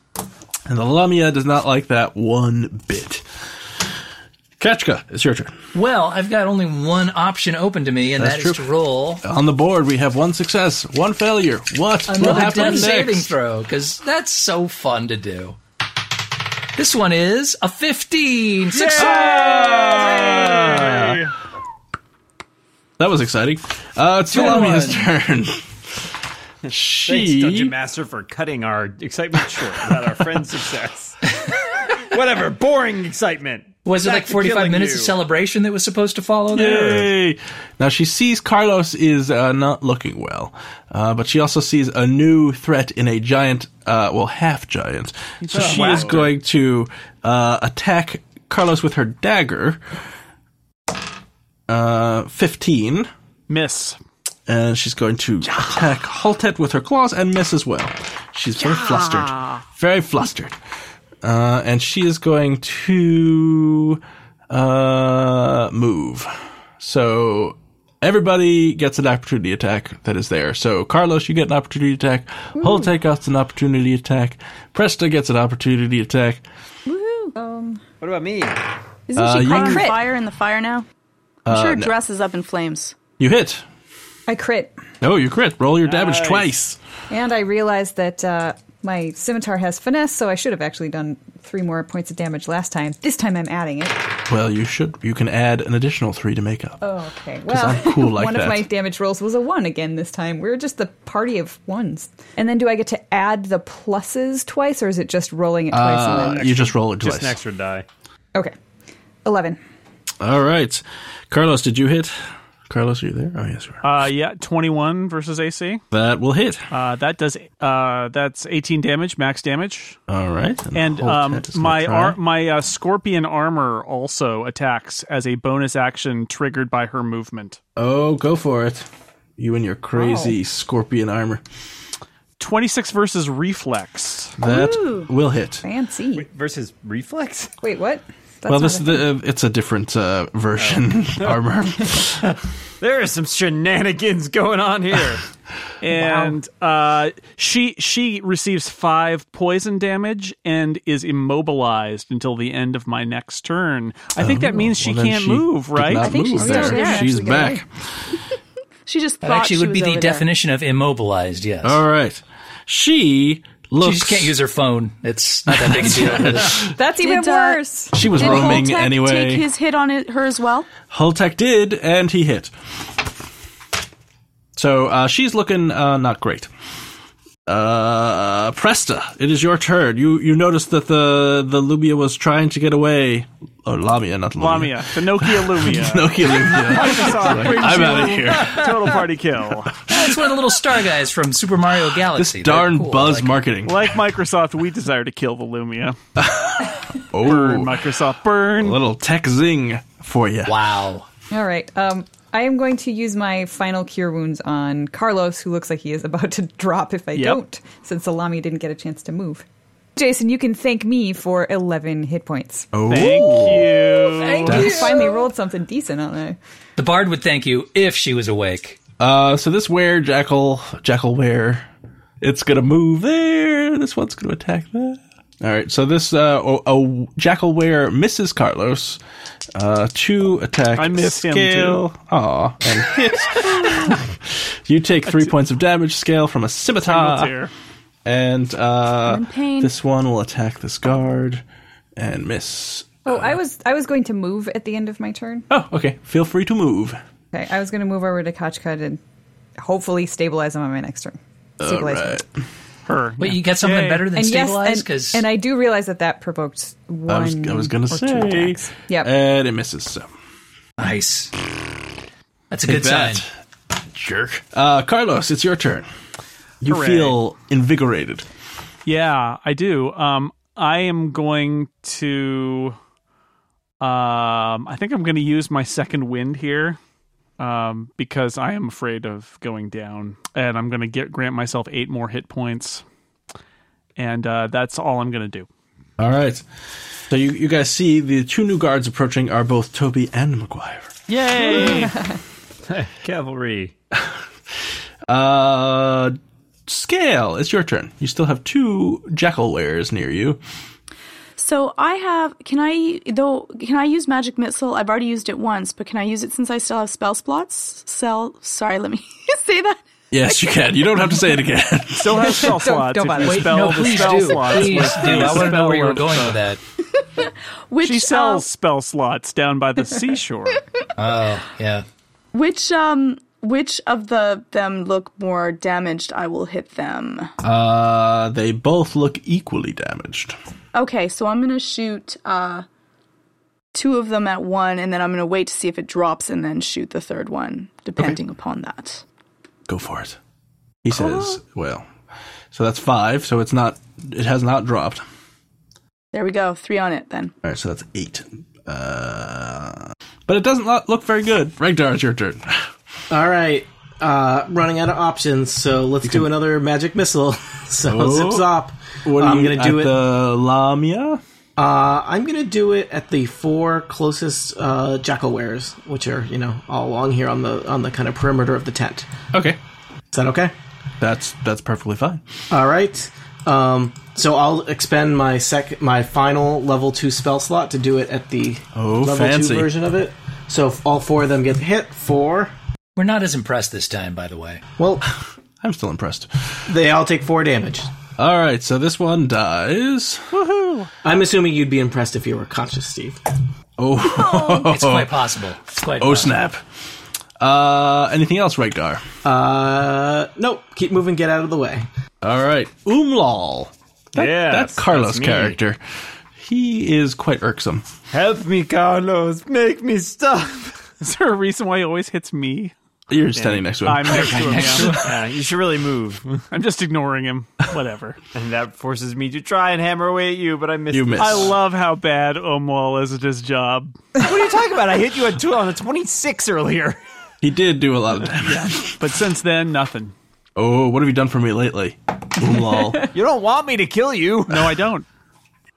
S3: And the Lamia does not like that one bit. Kachka, it's your turn.
S2: Well, I've got only one option open to me, and
S3: That's
S2: that is
S3: true.
S2: to roll
S3: On the board, we have one success, one failure. What will
S2: another
S3: happen
S2: death
S3: next?
S2: saving throw because that's so fun to do. This one is a 15. Success!
S3: That was exciting. Uh, it's the
S2: Good
S3: Lamia's
S2: one.
S3: turn.
S5: Thanks,
S3: she
S5: Dungeon Master, for cutting our excitement short about our friend's success. Whatever, boring excitement.
S2: Was it
S5: Back
S2: like
S5: to
S2: 45
S5: killing
S2: minutes
S5: you.
S2: of celebration that was supposed to follow there?
S3: Yay! Now she sees Carlos is uh, not looking well, uh, but she also sees a new threat in a giant, uh, well, half giant. So she is going to uh, attack Carlos with her dagger. Uh, fifteen,
S1: Miss.
S3: and she's going to attack Haltet with her claws and miss as well. She's very flustered, very flustered, uh, and she is going to uh, move. So everybody gets an opportunity attack that is there. So Carlos, you get an opportunity attack. Holtek gets an opportunity attack. Presta gets an opportunity attack.
S5: What about me?
S6: Isn't
S3: Uh,
S6: she
S3: you-
S6: caught on
S4: Crit.
S6: fire in the fire now? I'm sure her
S3: no.
S6: dress is up in flames.
S3: You hit.
S4: I crit,
S3: Oh, you crit. Roll your damage twice.
S4: and I realized that uh, my scimitar has finesse, so I should have actually done three more points of damage last time. This time I'm adding it.
S3: Well, you should. You can add an additional three to make up.
S4: Oh, okay. Well,
S3: I'm cool like
S4: one
S3: that.
S4: of my damage rolls was a one again this time. We're just the party of ones. And then do I get to add the pluses twice, or is it just rolling it twice? and
S3: Uh,
S4: then?
S3: you just roll it twice.
S5: Just an extra die.
S4: Okay. 11.
S3: All right. Carlos, did you hit? Carlos, are you there? Oh, yes, you are.
S1: Uh, yeah, 21 versus AC.
S3: that will hit.
S1: Uh, that does uh, that's 18 damage, max damage.
S3: All right. the
S1: And
S3: whole
S1: um,
S3: cat is gonna
S1: my
S3: try.
S1: ar- my uh, scorpion armor also attacks as a bonus action triggered by her movement.
S3: Oh, go for it. You and your
S1: Oh.
S3: crazy scorpion armor.
S1: 26 versus reflex.
S3: That will hit.
S4: Fancy. Wait,
S5: Versus reflex.
S4: what? That's
S3: well,
S4: not
S3: this
S4: a-
S3: is the, uh, it's a different uh, version
S1: Oh.
S3: armor.
S5: There is some shenanigans going on here.
S1: And uh, she she receives 5 poison damage and is immobilized until the end of my next turn. I think that means she
S3: Oh, Well, then
S1: can't move,
S3: did
S1: right?
S3: not
S4: I think
S3: move
S4: she's
S3: there.
S4: over there.
S3: She's
S4: Actually got
S3: back.
S6: She just
S2: That
S6: thought
S2: actually
S6: she
S2: would
S6: was
S2: be the
S6: over there.
S2: definition of immobilized, yes.
S3: All right. She
S2: She
S3: looks.
S2: just can't use her phone. It's not that big a deal.
S4: That's even
S6: Did, uh,
S4: worse.
S3: She was
S6: Did
S3: roaming
S6: Holtek
S3: anyway.
S6: Take his hit on it, her as well.
S3: Holtek did, and he hit. So uh, she's looking uh, not great. Uh, Presta, it is your turn. You you noticed that the the Lumia was trying to get away. Oh, Lamia, not Lumia.
S1: Lamia, the Nokia Lumia.
S3: Nokia Lumia. I'm out of here.
S1: Total party kill.
S2: It's one of the little star guys from Super Mario
S3: This
S2: Galaxy. They're
S3: darn
S2: cool.
S3: buzz
S2: Like,
S3: marketing.
S1: Like Microsoft, we desire to kill the Lumia. Burn,
S3: Oh,
S1: Microsoft, burn.
S3: little tech zing for you.
S2: wow.
S4: All right. Um, I am going to use my final cure wounds on Carlos, who looks like he is about to drop if I
S1: Yep.
S4: don't, since Salami didn't get a chance to move. Jason, you can thank me for 11 hit points.
S3: Oh,
S1: Thank you.
S4: I finally rolled something decent, aren't I?
S2: The bard would thank you if she was awake.
S3: Uh, so this were jackal, jackal were, it's gonna move there. This one's gonna attack that. All right, so this uh, a, a jackal were misses Carlos. Uh, two attack.
S1: I miss him,
S3: scale. too. Aw, and hit. you take three points of damage scale from a
S1: Single
S3: scimitar,
S1: tear.
S3: and uh,
S6: in pain.
S3: this one will attack this guard and miss.
S4: Oh, I was I was going to move at the end of my turn.
S3: Oh, okay. Feel free to move.
S4: Okay, I was going to move over to Kachka and hopefully stabilize him on my next turn. Stabilize him.
S3: Right.
S1: Her.
S2: Wait, you got something
S1: Yay.
S2: better than
S4: And
S2: stabilize?
S4: yes, and,
S2: Because
S4: and I do realize that that provoked one.
S3: I was, I was gonna
S4: or two
S3: say.
S4: attacks. Yep.
S3: And it misses. So.
S2: nice. That's a good
S3: that.
S2: sign.
S3: Jerk. Uh, Carlos, it's your turn. You
S1: Hooray.
S3: feel invigorated.
S1: Yeah, I do. Um, I am going to. Um, I think I'm going to use my second wind here, um, because I am afraid of going down, and I'm going to get grant myself eight more hit points, and uh, that's all I'm going to do.
S3: All right. So you, you guys see the two new guards approaching are both Toby and McGuire.
S1: Yay!
S5: Cavalry.
S3: Uh, Scale, it's your turn. You still have two jackal wares near you.
S6: So I have. Can I though? Can I use magic missile? I've already used it once, but can I use it since I still have spell slots? Cell. Sorry, let me say that.
S3: Yes, you can. You don't have to say it again.
S1: Still have spell slots.
S4: don't
S1: if
S4: bother.
S1: you
S4: Wait,
S1: spell
S2: no,
S1: the
S2: please
S1: spell
S2: do.
S1: slots
S2: Please
S1: with
S2: do.
S1: the
S2: I want to know
S1: spell
S2: where you were
S1: of-
S2: going with that.
S6: Which
S1: She sells
S6: uh,
S1: spell slots down by the seashore.
S2: Yeah.
S6: which um which of the them look more damaged? I will hit them.
S3: Uh, they both look equally damaged.
S6: Okay, so I'm gonna shoot uh two of them at one, and then I'm gonna wait to see if it drops, and then shoot the third one, depending upon that.
S3: Go for it. He says, well, so that's five, so it's not, it has not dropped.
S6: There we go, three on it then.
S3: All right, so that's eight. Uh, but it doesn't lo- look very good. Ragnar, it's your turn.
S7: All right. Uh, running out of options, so let's do another magic missile. so
S3: Oh.
S7: zip zop.
S3: What
S7: I'm gonna do
S3: at
S7: it.
S3: The Lamia.
S7: Uh, I'm gonna do it at the four closest uh, jackal wares, which are you know all along here on the on the kind of perimeter of the tent.
S3: Okay,
S7: Is that okay?
S3: that's that's perfectly fine.
S7: All right. Um, so I'll expend my sec my final level two spell slot to do it at the
S3: Oh,
S7: level
S3: fancy.
S7: two version of it. So if all four of them get hit. Four.
S2: We're not as impressed this time, by the way.
S7: Well,
S3: I'm still impressed.
S7: they all take four damage.
S3: All right, so this one dies.
S7: I'm assuming you'd be impressed if you were conscious, Steve.
S3: Oh,
S2: It's quite possible. It's quite
S3: oh
S2: possible.
S3: snap! Uh, anything else, Ragnar?
S7: Uh, nope. Keep moving. Get out of the way.
S3: All right, Umlal. That,
S5: Yes,
S3: that Carlos
S5: that's me.
S3: character. He is quite irksome.
S5: Help me, Carlos. Make me stop.
S1: Is there a reason why he always hits me?
S3: You're standing next to him.
S1: I'm next to him.
S2: Next
S1: yeah.
S2: to-
S5: Yeah, you should really move.
S1: I'm just ignoring him. Whatever.
S5: And that forces me to try and hammer away at you, but I missed.
S3: You
S5: it.
S3: miss.
S1: I love how bad Omwal is at his job.
S5: What are you talking about? I hit you at two, on a 26 earlier.
S3: He did do a lot of damage.
S1: But since then, nothing.
S3: Oh, what have you done for me lately? Boom lol.
S5: You don't want me to kill you.
S1: No, I don't.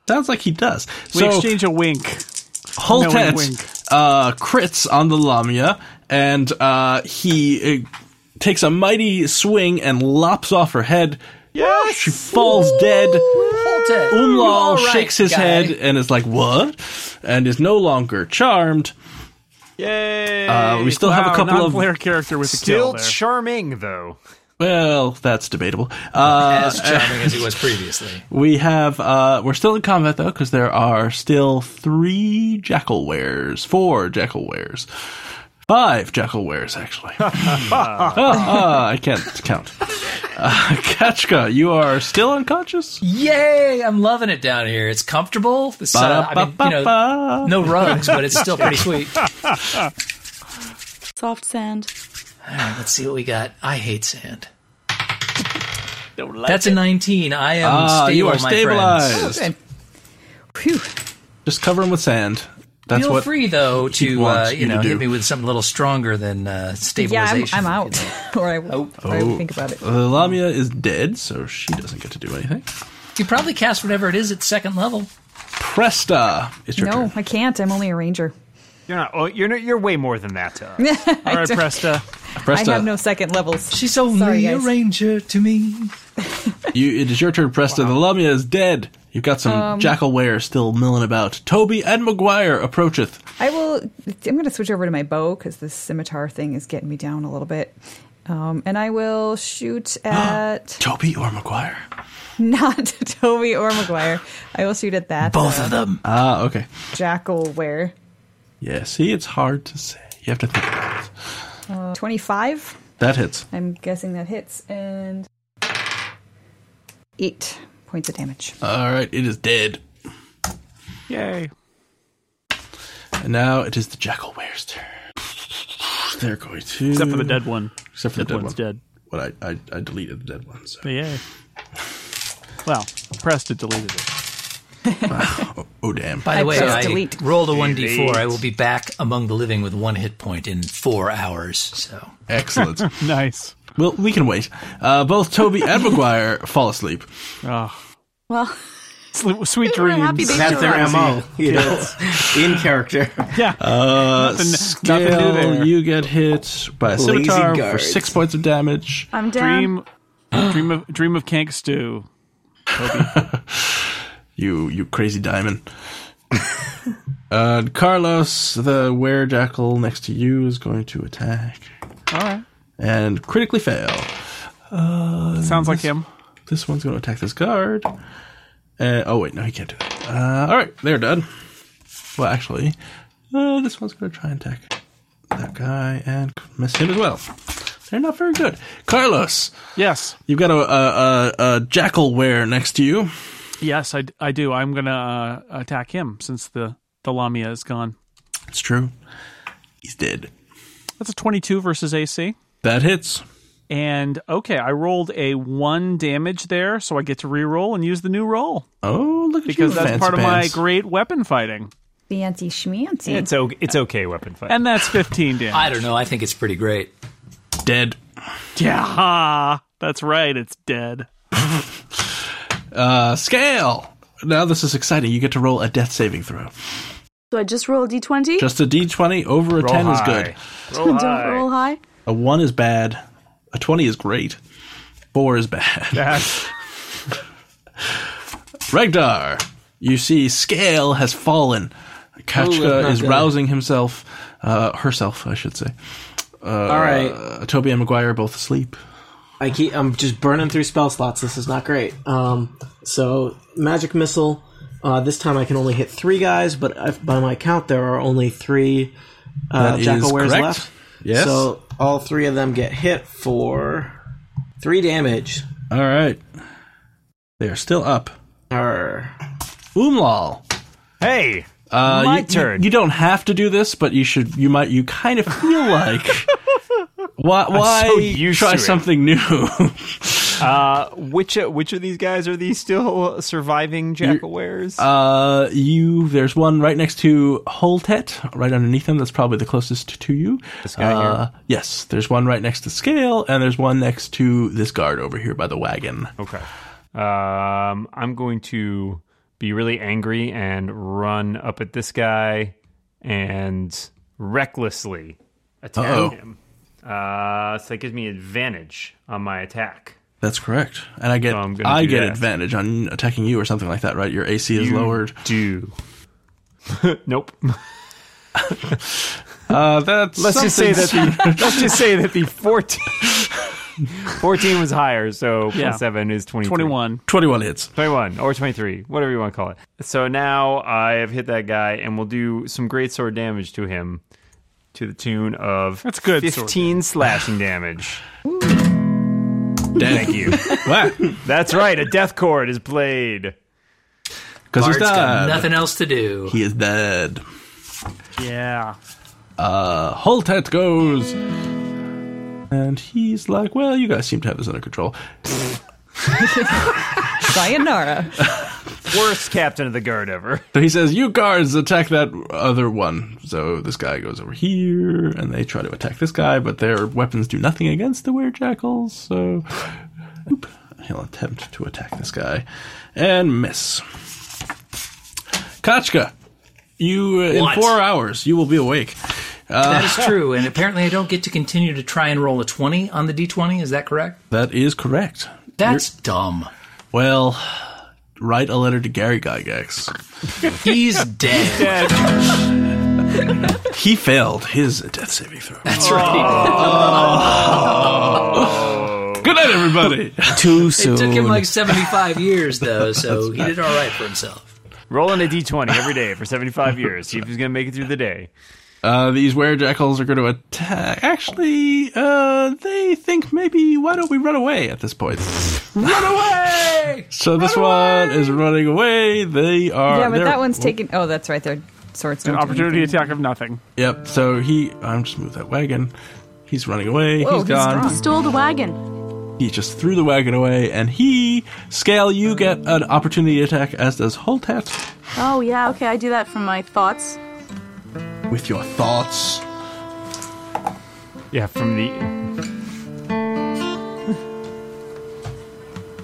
S3: Sounds like he does.
S1: We
S3: so
S1: exchange a wink.
S3: whole
S1: no, we
S3: tense
S1: wink.
S3: uh, crits on the Lamia, and uh, he uh, takes a mighty swing and lops off her head.
S5: Yes.
S3: She falls dead. Umlal shakes his head and is like, "What?" and is no longer charmed.
S5: Yay.
S3: Uh, we still have a couple of
S1: player character with a kill
S5: Still
S1: there.
S5: charming though.
S3: well, that's debatable. Uh,
S2: as charming as he was previously.
S3: we have uh, we're still in combat though because there are still three jackalwares, four jackalwares, five jackalwares actually. Ah, I can't count. Uh, Kachka, you are still unconscious.
S2: Yay! I'm loving it down here. It's comfortable. The sun. I mean, you know,
S3: Ba-da-ba-ba-ba.
S2: no rugs, but it's still pretty sweet.
S6: Soft sand.
S2: Let's see what we got. I hate sand.
S1: Don't like
S2: That's a 19. I am
S3: Ah,
S2: stable,
S3: you are
S2: my
S3: stabilized.
S2: friends.
S4: Okay. Oh, Phew.
S3: Just cover him with sand. That's
S2: Feel
S3: what.
S2: free though to uh,
S3: wants
S2: you
S3: you to
S2: know
S3: do.
S2: hit me with something a little stronger than uh,
S4: Yeah, I'm,
S2: stabilization.
S4: I'm out. or I, or I would think about it.
S3: The Lamia is dead, so she doesn't get to do anything.
S2: You probably cast whatever it is at second level.
S3: Presta, it's your
S4: No,
S3: turn.
S4: I can't. I'm only a ranger.
S5: You're not. Oh, you're not, you're way more than that uh. to us.
S1: All right, Presta.
S3: Presta,
S4: I have no second levels.
S2: She's only
S4: Sorry,
S2: a
S4: guys.
S2: ranger to me.
S3: you, it is your turn, Presta. The Lamia is dead. You've got some jackalware still milling about. Toby and McGuire approacheth.
S4: I will. I'm going to switch over to my bow because this scimitar thing is getting me down a little bit. Um, and I will shoot at
S3: Toby or McGuire?
S4: not Toby or McGuire. I will shoot at that uh,
S2: Both of them.
S3: Ah, okay.
S4: jackal where
S3: Yeah, see, it's hard to say. You have to think about it.
S4: 25.
S3: That hits.
S4: Uh, I'm guessing that hits and eight points of damage.
S3: All right, it is dead.
S1: Yay.
S3: And now it is the jackalware's turn. They're going to.
S1: Except for the dead one.
S3: Except for the
S1: Dead
S3: dead
S1: one's
S3: one.
S1: dead.
S3: What I, I, I deleted the dead one. So.
S1: Yay. Well, Presta deleted it.
S3: Oh, damn.
S2: By the
S4: I
S2: way,
S4: pressed
S2: I
S4: delete.
S2: rolled a one d four. I will be back among the living with one hit point in four hours. So
S3: Excellent.
S1: Nice.
S3: well, we can wait. Uh, both Toby and McGuire fall asleep.
S1: Oh,
S6: Well,
S1: sweet sweet
S6: They were happy
S1: dreams.
S6: they-
S7: That's their
S6: Sure.
S7: mo. You know, it's in character.
S1: Yeah.
S3: Uh,
S1: Nothing-
S3: scale,
S1: nothing new there.
S3: you get hit by a
S7: Lazy
S3: scimitar for
S7: guards.
S3: six points of damage.
S6: I'm down.
S1: dream, dream of dream of Kank Stew.
S3: You you crazy diamond. uh, Carlos, the were jackal next to you is going to attack
S1: All right.
S3: and critically fail.
S1: Sounds like him.
S3: This one's going to attack this guard. Uh, oh wait, no, he can't do that. Uh, all right, they're done. Well, actually, uh, this one's going to try and attack that guy and miss him as well. They're not very good. Carlos,
S1: Yes.
S3: you've got a a, a, a jackal ware next to you.
S1: Yes, I, d- I do. I'm going to uh, attack him since the, the Lamia is gone.
S3: It's true. He's dead.
S1: That's a 22 versus AC.
S3: That hits.
S1: And okay, I rolled a one damage there, so I get to reroll and use the new roll
S3: Oh, look at
S1: because
S3: you,
S1: that's
S3: fancy
S1: part of my
S3: pants.
S1: great weapon fighting.
S4: Fancy schmancy.
S5: It's okay. It's okay. Weapon fight.
S1: And that's 15 damage.
S2: I don't know. I think it's pretty great.
S3: dead.
S1: yeah, ha, that's right. It's dead.
S3: Uh, scale. Now this is exciting. You get to roll a death saving throw.
S6: do I just roll a d20?
S3: Just a d20 over a 10 is good.
S5: Roll
S6: Don't
S5: high.
S6: roll high.
S3: A 1 is bad. A 20 is great. 4 is bad.
S5: That's-
S3: Regdar. You see Scale has fallen. Kachka is rousing himself. Uh, herself, I should say.
S7: All right.
S3: Uh, Toby and McGuire are both asleep.
S7: I keep. I'm just burning through spell slots. This is not great. Um, so magic missile. Uh, this time I can only hit three guys, but if, by my count there are only three uh,
S3: That is
S7: jackalwares
S3: correct.
S7: left.
S3: Yes.
S7: So all three of them get hit for three damage.
S3: All right. They are still up.
S7: Arr.
S3: Umlal.
S5: hey,
S3: Uh,
S5: My
S3: you, you-
S5: turn.
S3: You, don't have to do this, but you should. You might. You kind of feel like why? Why
S5: so used
S3: try
S5: to it.
S3: something new?
S5: Uh, which which of these guys are these still surviving jackalwares?
S3: uh, you. There's one right next to Holtet, right underneath him. That's probably the closest to you. This
S5: guy here?
S3: uh, Yes. There's one right next to Scale, and there's one next to this guard over here by the wagon.
S5: okay. Um, I'm going to be really angry and run up at this guy and recklessly attack
S3: Uh-oh.
S5: him. Uh, so that gives me advantage on my attack.
S3: That's correct. And I get.
S5: So I'm gonna
S3: I
S5: do
S3: get
S5: that.
S3: advantage on attacking you or something like that, right? Your AC is
S5: You
S3: lowered.
S5: Do. nope.
S3: Uh, that's.
S5: Let's just say that the let's just say that the 14, 14 was higher, so plus
S1: Yeah.
S5: seven is twenty twenty one.
S1: 21.
S3: Twenty-one hits.
S5: 21 or 23, whatever you want to call it. So now I have hit that guy and we'll do some great sword damage to him to the tune of
S1: That's good sword
S5: 15 slashing damage.
S3: Thank
S5: you. That's right, a death chord is played.
S3: Because he's
S2: Bard's got
S3: dead.
S2: nothing else to do.
S3: He is dead.
S1: Yeah.
S3: Uh, Holtet goes. And he's like, well, you guys seem to have this under control.
S4: Sayonara.
S5: Worst captain of the guard ever.
S3: So he says, you guards, attack that other one. So this guy goes over here, and they try to attack this guy, but their weapons do nothing against the werjackals, so... Oop. He'll attempt to attack this guy. And miss. Kachka, you, uh, in
S2: What?
S3: four hours, you will be awake.
S2: that is true. And apparently, I don't get to continue to try and roll a 20 on the d20. Is that correct?
S3: That is correct.
S2: That's dumb.
S3: Well, write a letter to Gary Gygax.
S2: He's dead.
S3: He failed his death saving throw.
S2: That's right. Oh.
S3: Good night, everybody.
S7: Too soon.
S2: It took him like 75 years, though, so he did all right for himself.
S5: Rolling a d20 every day for 75 years. See if he's going to make it through the day.
S3: uh, these werjackals are going to attack. Actually, uh, they think maybe why don't we run away at this point?
S2: Run away!
S3: So this one is running away. They are.
S4: yeah, but
S3: they're-
S4: that one's taking. Oh, that's right. Their swords don't. do
S1: Opportunity
S4: anything.
S1: attack of nothing.
S3: Yep. So he. I'm just move that wagon. He's running away.
S4: Whoa,
S3: he's
S4: he's
S3: gone.
S4: strong.
S6: Stole the wagon.
S3: He just threw the wagon away, and he scale. You get an opportunity attack, as does Holtat,
S6: Oh yeah, okay, I do that from my thoughts.
S3: with your thoughts.
S5: Yeah, from the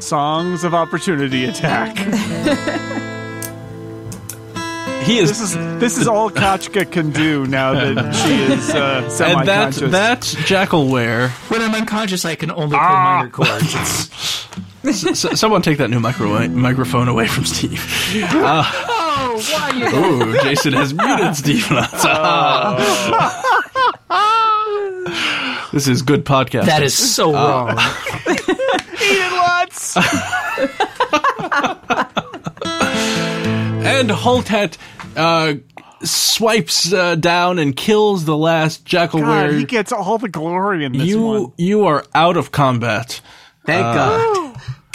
S1: Songs of opportunity attack.
S3: He is
S1: This is this is all Kachka can do now that she is uh,
S3: and that
S1: semi-conscious.
S3: that jackalware.
S2: When I'm unconscious, I can only play
S3: Ah.
S2: minor chords. It's-
S3: S- someone take that new micro- microphone away from Steve. Uh, oh, why you? Jason has muted Steve. now.
S1: Oh.
S3: this is good podcast.
S2: that is so wrong.
S3: and Holtet uh, swipes uh, down and kills the last
S1: God, he
S3: jackalware.
S1: gets all the glory in this
S3: you
S1: one.
S3: you are out of combat.
S7: Thank
S3: Uh,
S7: God.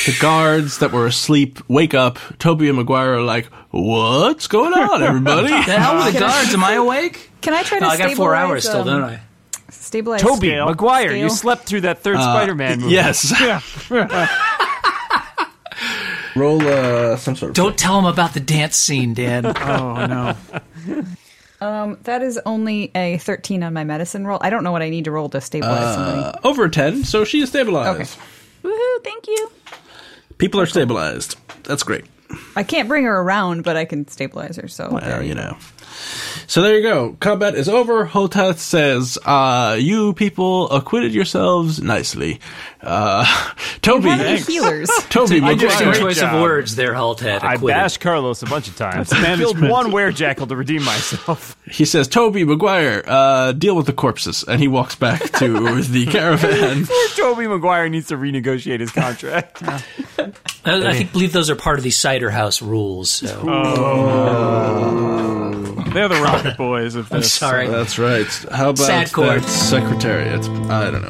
S3: The guards that were asleep wake up. Toby and McGuire are like, "What's going on, everybody?"
S2: The hell with the guards? Am I awake?
S4: Can I try to
S2: No, I got four
S4: stabilize,
S2: hours still,
S4: um,
S2: don't I?
S4: Stabilize.
S5: Toby
S1: Scale.
S5: McGuire. You
S4: Scale.
S5: slept through that third Spider-Man movie.
S3: Yes. Roll uh, some sort of.
S2: Don't tell him about the dance scene, Dan.
S1: Oh no.
S4: Um, that is only a 13 on my medicine roll. I don't know what I need to roll to stabilize
S2: Uh.
S4: somebody.
S3: over ten, so she is stabilized.
S4: Okay.
S6: Woohoo, thank you.
S3: People are stabilized. That's great.
S4: I can't bring her around, but I can stabilize her. So
S3: Well, you know. So there you go. Combat is over. Hotath says, uh, "You people acquitted yourselves nicely." Uh, Toby,
S4: How many healers?
S3: Toby,
S2: I just
S3: McGuire-
S2: your
S5: great
S2: choice
S5: job.
S2: of words there, Halted.
S5: I bashed Carlos a bunch of times. I killed
S1: management.
S5: one werejackal to redeem myself.
S3: he says, "Toby McGuire, uh, deal with the corpses," and he walks back to the caravan.
S5: Toby Maguire needs to renegotiate his contract.
S2: I, I think believe those are part of the cider house rules. So
S1: They're the Rocket Boys of this.
S2: I'm sorry.
S3: That's right. How about
S2: Sad chord.
S3: that secretariat? I don't know.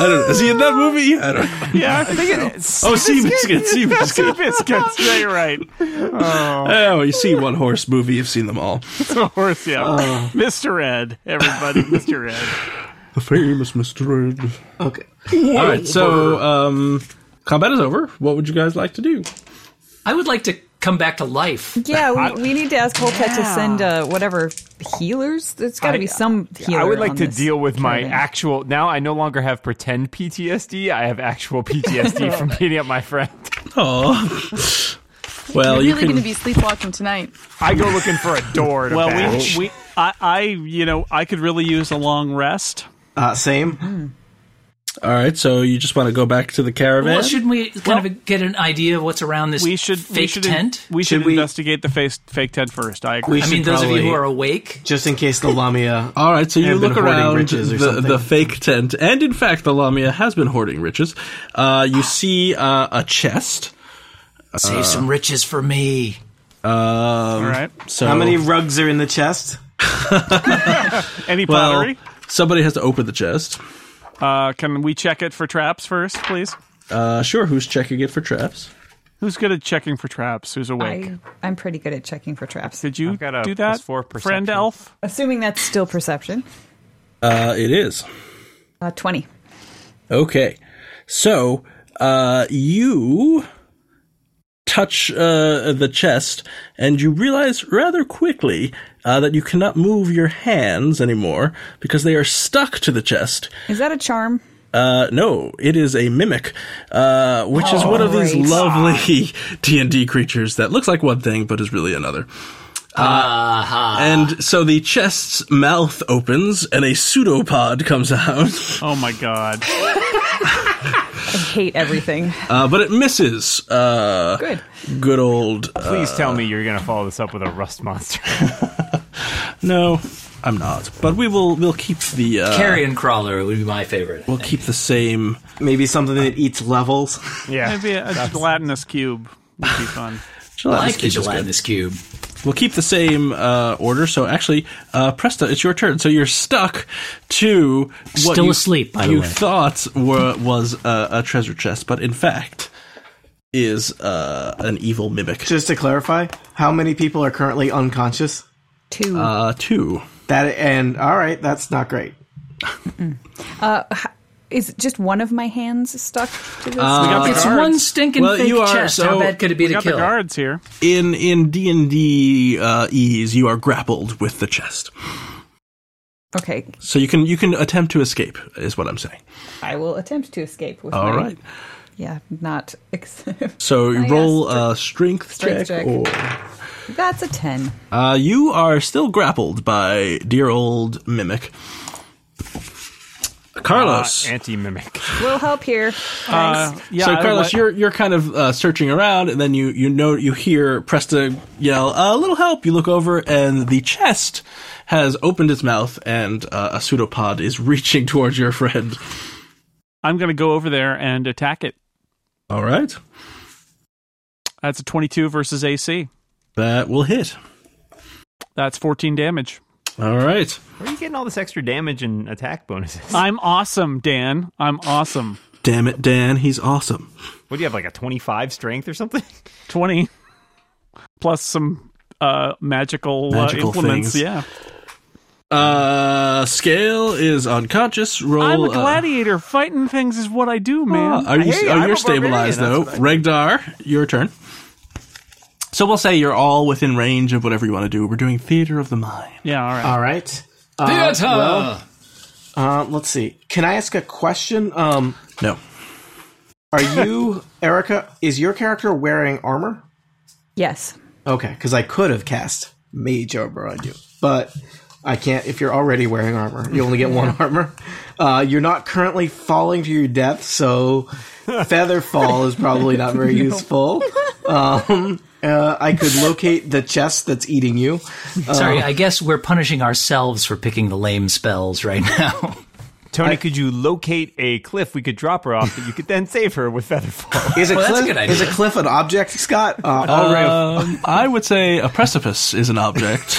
S3: I don't know. Is he in that movie? I don't know.
S1: Yeah, I think it's.
S3: Oh, sea biscuit, sea biscuit.
S1: Biscuits. Yeah, you're right.
S3: Oh, you see one horse movie, you've seen them all.
S1: Of course, yeah. Mr. Ed, everybody, Mr. Ed.
S3: The famous Mr. Ed.
S7: Okay.
S3: All right, so um, combat is over. What would you guys like to do?
S2: I would like to come back to life.
S4: Yeah, we, we need to ask Holtet to send uh, whatever healers. There's got to be some healer.
S5: I would like
S4: on
S5: to
S4: this
S5: deal with my
S4: caravan.
S5: actual. Now I no longer have pretend PTSD. I have actual PTSD from beating up my friend.
S3: Oh. Well,
S6: You're
S3: you
S6: really
S3: can.
S6: going to be sleepwalking tonight.
S5: I go looking for a door. To
S1: Well,
S5: bash.
S1: we, we I, I, you know, I could really use a long rest.
S7: Uh, same.
S3: All right, so you just want to go back to the caravan?
S2: Well, shouldn't we kind of get an idea of what's around this
S1: We should
S2: fake
S1: we should
S2: tent?
S1: We should,
S7: Should we-
S1: investigate the face, fake tent first. I agree.
S7: We
S2: I
S7: should
S2: mean, those of
S7: probably-
S2: you who are awake.
S7: just in case the Lamia.
S3: All right, so you
S7: Have been
S3: look
S7: hoarding
S3: around
S7: riches or
S3: the,
S7: something.
S3: the fake tent, and in fact, the Lamia has been hoarding riches. Uh, you see uh, a chest.
S2: Save some riches for me.
S1: All right.
S3: So
S7: How many rugs are in the chest?
S1: Any
S3: Well,
S1: pottery?
S3: somebody has to open the chest.
S1: uh, can we check it for traps first, please?
S3: Uh, sure, who's checking it for traps?
S1: Who's good at checking for traps? Who's awake?
S4: I, I'm pretty good at checking for traps.
S1: Did you
S5: I've got a
S1: do
S5: plus
S1: that,
S5: four
S1: friend
S5: perception.
S1: elf?
S4: Assuming that's still perception.
S3: Uh, it is.
S4: Uh, 20.
S3: Okay. So, uh, you touch uh, the chest, and you realize rather quickly uh, that you cannot move your hands anymore because they are stuck to the chest.
S4: Is that a charm?
S3: Uh, no, it is a mimic, uh, which is one of these
S4: great.
S3: lovely D and D creatures that looks like one thing but is really another. Uh, And so the chest's mouth opens and a pseudopod comes out,
S1: Oh my god.
S4: I hate everything.
S3: uh, but it misses. Uh,
S4: Good.
S3: good old. Uh,
S5: Please tell me you're going to follow this up with a rust monster.
S3: no, I'm not. But we will. We'll keep the. Uh,
S2: Carrion crawler would be my favorite.
S3: We'll keep the same.
S7: Maybe something that eats levels.
S5: yeah.
S1: Maybe a, a gelatinous cube would be fun.
S2: like the
S3: Gelatinous cube is good.
S2: gelatinous cube.
S3: We'll keep the same uh, order. So actually, uh, Presta, it's your turn. So you're stuck to what
S2: Still
S3: you,
S2: asleep, by the
S3: you
S2: way.
S3: thought were, was uh, a treasure chest, but in fact is uh, an evil mimic.
S7: Just to clarify, how many people are currently unconscious?
S4: Two.
S3: Uh, two.
S7: That and all right, that's not great.
S4: Is it just one of my hands stuck to
S3: Uh,
S4: this?
S1: got the
S2: It's
S1: guards.
S2: one stinking
S3: Well,
S2: fake
S3: you are,
S2: chest.
S3: so-
S2: How bad could it be
S1: We
S2: to
S1: got the
S2: kill?
S1: guards here.
S3: In in D and D uh, ease, you are grappled with the chest,
S4: okay,
S3: so you can you can attempt to escape. Is what I'm saying.
S4: I will attempt to escape with
S3: All
S4: my-
S3: right.
S4: Yeah, not. Ex-
S3: So you
S4: Ah, yes,
S3: roll a strength,
S4: Strength
S3: check.
S4: check. that's a 10.
S3: Or, uh, you are still grappled by dear old mimic. Carlos.
S5: Anti mimic.
S4: We'll help here.
S1: Uh, yeah,
S3: so
S1: I-
S3: Carlos,
S1: what-
S3: you're you're kind of uh, searching around, and then you you know you hear Presta yell, "A little help!" You look over, and the chest has opened its mouth, and uh, a pseudopod is reaching towards your friend.
S1: I'm going to go over there and attack it.
S3: All right,
S1: That's a 22 versus AC.
S3: that will hit.
S1: That's 14 damage.
S3: All right,
S5: Where are you getting all this extra damage and attack bonuses?
S1: I'm awesome, Dan. I'm awesome.
S3: damn it, Dan, he's awesome.
S5: What do you have, like a 25 strength or something?
S1: 20 plus some uh, magical, uh,
S3: Magical
S1: implements.
S3: things.
S1: Yeah.
S3: Uh, scale is unconscious. Roll.
S1: I'm a
S3: uh,
S1: gladiator. Fighting things is what I do, man.
S3: Are you?
S5: Hey,
S3: oh,
S5: I'm
S3: you're
S5: a barbarian,
S3: stabilized
S5: that's
S3: though. Regdar, your turn. So we'll say you're all within range of whatever you want to do. We're doing theater of the mind.
S1: yeah, all right.
S7: All right. Uh, well, uh, let's see. Can I ask a question? Um,
S3: No.
S7: are you Erica? Is your character wearing armor?
S4: Yes.
S7: Okay, because I could have cast Mage Armor on you, but I can't. If you're already wearing armor, you only get one armor. Uh, you're not currently falling to your death, so feather fall is probably not very useful. Um, uh, I could locate the chest that's eating you.
S2: Sorry, I guess we're punishing ourselves for picking the lame spells right now.
S5: Tony, could you locate a cliff we could drop her off that you could then save her with Featherfall?
S7: Is a
S2: Well, that's a
S7: cliff
S2: good
S7: is a
S2: idea.
S7: cliff an object, Scott? Uh,
S3: Um, I would say a precipice is an object.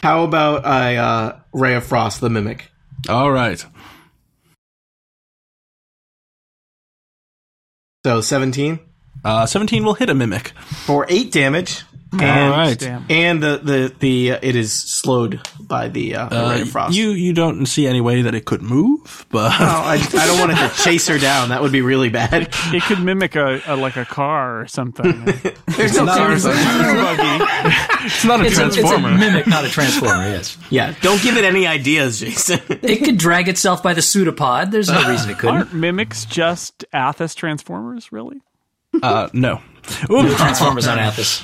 S7: How about I uh, Ray of Frost, the mimic?
S3: All right.
S7: So 17
S3: Uh, 17 will hit a mimic.
S7: for 8 damage.
S3: All
S7: And,
S3: right.
S1: Damn.
S7: and the, the, the uh, it is slowed by the, uh, the Ray of Frost.
S3: You you don't see any way that it could move, but
S7: Oh, I, I don't want it to chase her down. That would be really bad.
S1: It could mimic a, a like a car or something.
S7: There's no cars.
S3: it's not a
S2: It's a, it's a mimic, not a transformer. Yes,
S7: Yeah, don't give it any ideas, Jason.
S2: it could drag itself by the pseudopod. There's no reason it couldn't.
S1: Aren't mimics just Athos Transformers, really?
S3: uh, no.
S2: Transformers on Athos.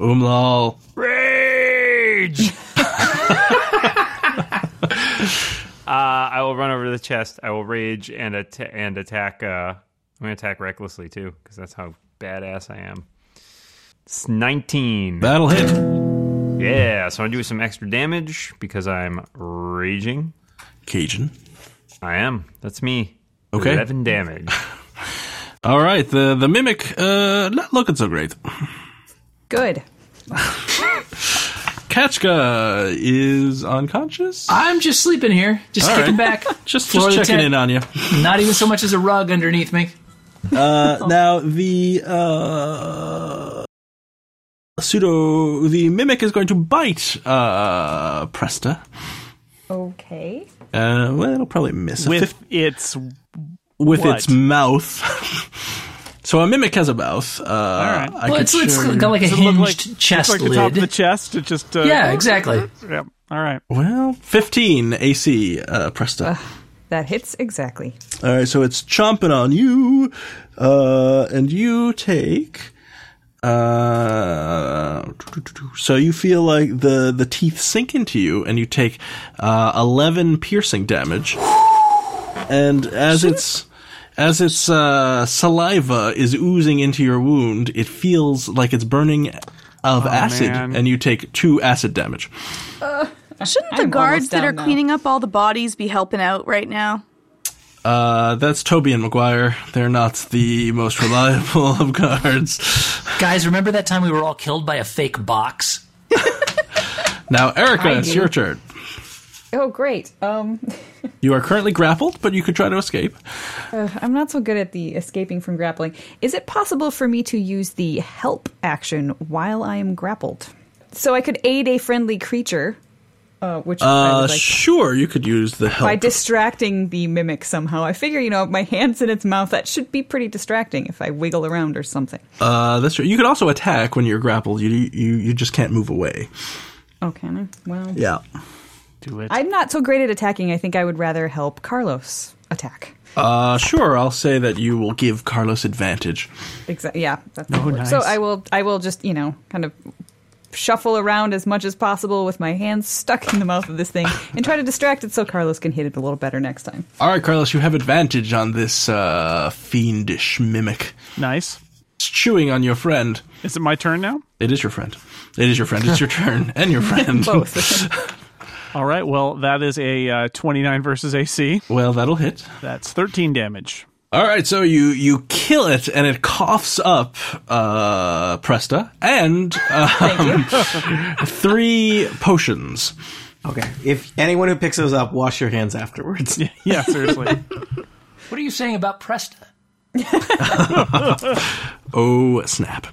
S3: Umlal.
S5: Rage. uh, I will run over to the chest. I will rage and atta and attack. Uh, I'm gonna attack recklessly too, because that's how badass I am. It's 19.
S3: That'll hit.
S5: Yeah, so I do some extra damage because I'm raging.
S3: Cajun.
S5: I am. That's me.
S3: Okay.
S5: 11 damage.
S3: All right. The the mimic uh, not looking so great.
S4: Good.
S3: Kachka is unconscious.
S2: I'm just sleeping here, just
S3: All
S2: kicking
S3: right.
S2: back,
S3: just
S2: floor
S3: just
S2: of the
S3: checking
S2: tent.
S3: in on you.
S2: Not even so much as a rug underneath me.
S3: Uh, now the uh, pseudo the mimic is going to bite uh, Presta.
S4: Okay.
S3: Uh, well, it'll probably miss a
S1: With
S3: fif-
S1: its
S3: with
S1: what?
S3: its mouth. so a mimic has a mouth. Uh,
S1: right.
S3: I
S2: Well,
S3: could
S2: it's, it's
S3: show you-
S2: got like a
S1: does it look
S2: hinged
S1: like
S2: chest
S1: looks like the top
S2: lid.
S1: of the chest. It just uh,
S2: yeah, exactly.
S1: Yep. All right.
S3: well, fifteen AC, uh, Presta.
S4: That hits exactly.
S3: All right, so it's chomping on you, uh, and you take. Uh, so you feel like the the teeth sink into you, and you take uh, eleven piercing damage. And as its as its uh, saliva is oozing into your wound, it feels like it's burning of acid,
S1: man.
S3: and you take two acid damage.
S6: Shouldn't the
S4: I'm
S6: guards
S4: almost
S6: that
S4: down
S6: are
S4: now.
S6: cleaning up all the bodies be helping out right now?
S3: Uh, that's Toby and McGuire. They're not the most reliable of guards.
S2: Guys, remember that time we were all killed by a fake box?
S3: Now, Erica, it's your turn.
S4: Oh, great. Um,
S3: You are currently grappled, but you could try to escape.
S4: I'm not so good at the escaping from grappling. Is it possible for me to use the help action while I am grappled? So I could aid a friendly creature, uh, which I
S3: Uh,
S4: would like
S3: sure, you could use the help.
S4: by distracting the mimic somehow. I figure, you know, my hand's in its mouth. That should be pretty distracting if I wiggle around or something.
S3: uh, that's true. You could also attack when you're grappled. You you you just can't move away.
S4: Oh, can I? Well,
S3: Yeah.
S1: Do it.
S4: I'm not so great at attacking. I think I would rather help Carlos attack.
S3: Uh, sure. I'll say that you will give Carlos advantage.
S4: Exactly. Yeah. That's
S5: Oh,
S4: how it works.
S1: nice.
S4: So I will. I will just you know kind of shuffle around as much as possible with my hands stuck in the mouth of this thing and try to distract it so Carlos can hit it a little better next time.
S3: All right, Carlos, you have advantage on this uh, fiendish mimic.
S1: nice.
S3: It's chewing on your friend.
S1: Is it my turn now?
S3: It is your friend. It is your friend. It's your turn and your friend.
S4: Both.
S1: All right. Well, that is a uh, 29 versus AC.
S3: well, that'll hit.
S1: That's 13 damage.
S3: All right, so you you kill it, and it coughs up uh, Presta and um, three potions.
S7: Okay. If anyone who picks those up, wash your hands afterwards.
S1: Yeah, seriously.
S2: What are you saying about Presta?
S3: Oh snap!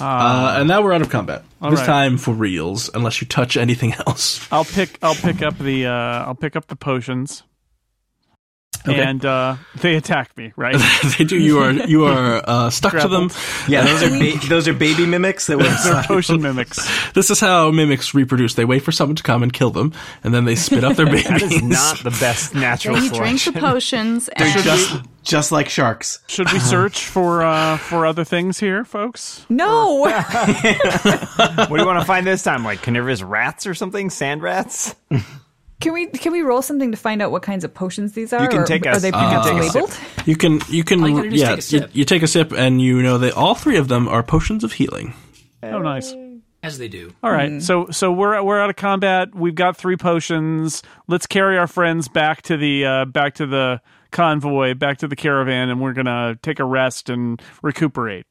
S2: Ah.
S3: Uh, and now we're out of combat. This
S1: right.
S3: time for reals, unless you touch anything else.
S1: I'll pick. I'll pick up the. Uh, I'll pick up the potions.
S3: Okay.
S1: And uh, they attack me, right?
S3: they do. You are you are uh, stuck to them.
S7: Yeah, those are ba- those are baby mimics that were.
S1: They're potion mimics.
S3: This is how mimics reproduce. They wait for someone to come and kill them, and then they spit out their babies.
S5: That is not the best natural
S6: He drank the
S5: selection.
S6: potions and
S7: just just like sharks.
S1: Should we search for uh, for other things here, folks?
S4: no.
S5: what do you want to find this time? Like carnivorous rats or something? Sand rats?
S4: Can we can we roll something to find out what kinds of potions these are?
S5: You can
S4: or
S5: take a-
S4: are they
S5: you can take a sip.
S4: labeled?
S3: You can you can
S2: you gotta do is
S3: yeah
S2: take a
S3: you-
S2: sip.
S3: you take a sip, and you know they all three of them are potions of healing.
S1: Oh, nice.
S2: As they do.
S1: All right. So so we're we're out of combat. We've got three potions. Let's carry our friends back to the uh, back to the convoy, back to the caravan, and we're gonna take a rest and recuperate.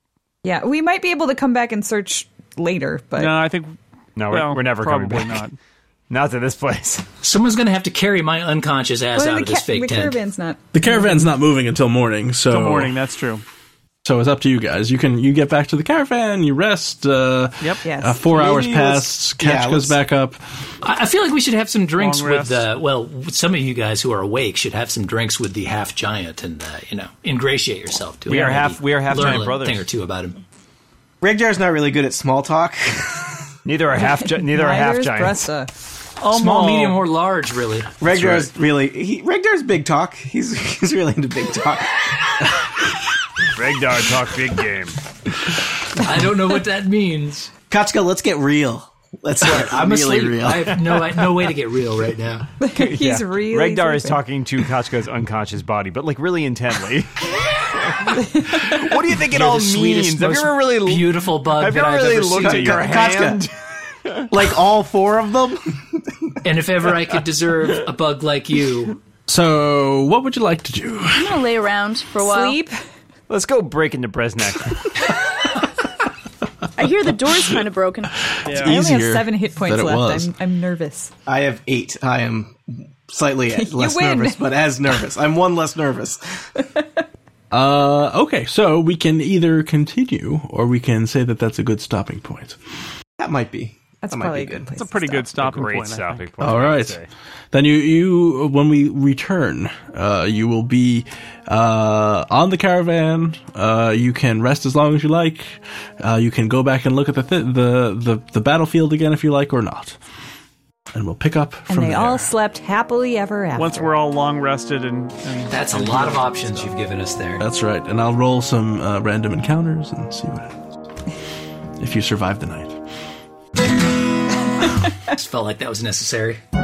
S4: Yeah, we might be able to come back and search later, but
S1: No, I think.
S5: No, we're,
S1: Well,
S5: we're never
S1: probably
S5: coming
S1: not.
S5: back. Not to this place.
S2: Someone's going to have to carry my unconscious ass
S4: Well,
S2: out
S4: the,
S2: of this
S4: ca-
S2: fake
S4: the
S2: tent.
S4: caravan's not.
S3: The caravan's not moving until morning, so
S1: Good morning. That's true.
S3: So it's up to you guys. You can you get back to the caravan, you rest. Uh,
S5: Yep.
S4: Yes.
S3: Uh, four hours
S7: Maybe let's-
S3: pass. Catch
S7: yeah,
S3: goes
S7: let's-
S3: back up.
S2: I I feel like we should have some drinks
S5: Long
S2: with the
S5: rest.
S2: well. Some of you guys who are awake should have some drinks with the half giant and uh, you know ingratiate yourself to
S5: We
S2: him.
S5: are
S2: Maybe
S5: half- we are half
S2: learn
S5: giant
S2: a
S5: brothers.
S2: Thing or two about him.
S7: Regdar's not really good at small talk.
S5: Neither are half. Gi- neither are half
S4: Neither's
S5: giants.
S4: Bressa.
S2: Small, medium, or large, really.
S7: Regdar's
S1: uh,
S7: really he Regdar's big talk. He's he's really into big talk.
S5: Regdar talk big game.
S2: I don't know what that means.
S7: Kachka, let's get real. Let's get
S2: I'm
S7: really
S2: asleep.
S7: real.
S2: I have no I- no way to get real right now.
S4: He's really.
S5: Regdar is
S4: sleeping.
S5: talking to Kachka's unconscious body, but like really intently. what do you think it all
S2: the sweetest,
S5: means? Have you
S2: most
S5: ever really
S2: beautiful bug
S5: Have you
S2: that
S5: ever
S2: I've
S5: really
S2: ever
S5: looked
S2: seen.
S5: at your
S7: Kachka.
S5: hand?
S7: like all four of them.
S2: And if ever I could deserve a bug like you,
S3: So what would you like to do?
S6: I'm gonna lay around for a while.
S4: Sleep.
S5: Let's go break into Bresnak.
S6: I hear the door's kind of broken.
S4: I only have
S3: Easier
S4: seven hit points
S3: than it
S4: left.
S3: was.
S4: I'm, I'm nervous.
S7: I have eight. I am slightly less
S4: win.
S7: nervous, but as nervous. I'm one less nervous.
S3: Uh, okay, so we can either continue or we can say that that's a good stopping point.
S7: That might be.
S4: That's
S7: that might
S4: probably
S7: be
S4: a good place.
S1: It's a pretty good stopping
S5: Great
S1: point. I think.
S5: stopping point.
S3: All
S5: I would
S3: right.
S5: say.
S3: Then you, you when we return, uh, you will be uh, on the caravan. Uh, you can rest as long as you like. Uh, you can go back and look at the, th- the the the battlefield again if you like or not. And we'll pick up
S4: And
S3: from
S4: they
S3: there.
S4: all slept happily ever after.
S1: Once we're all long rested and, and
S2: that's a lot of options you've given us there.
S3: That's right. And I'll roll some uh, random encounters and see what happens. If you survive the night.
S2: I just felt like that was necessary.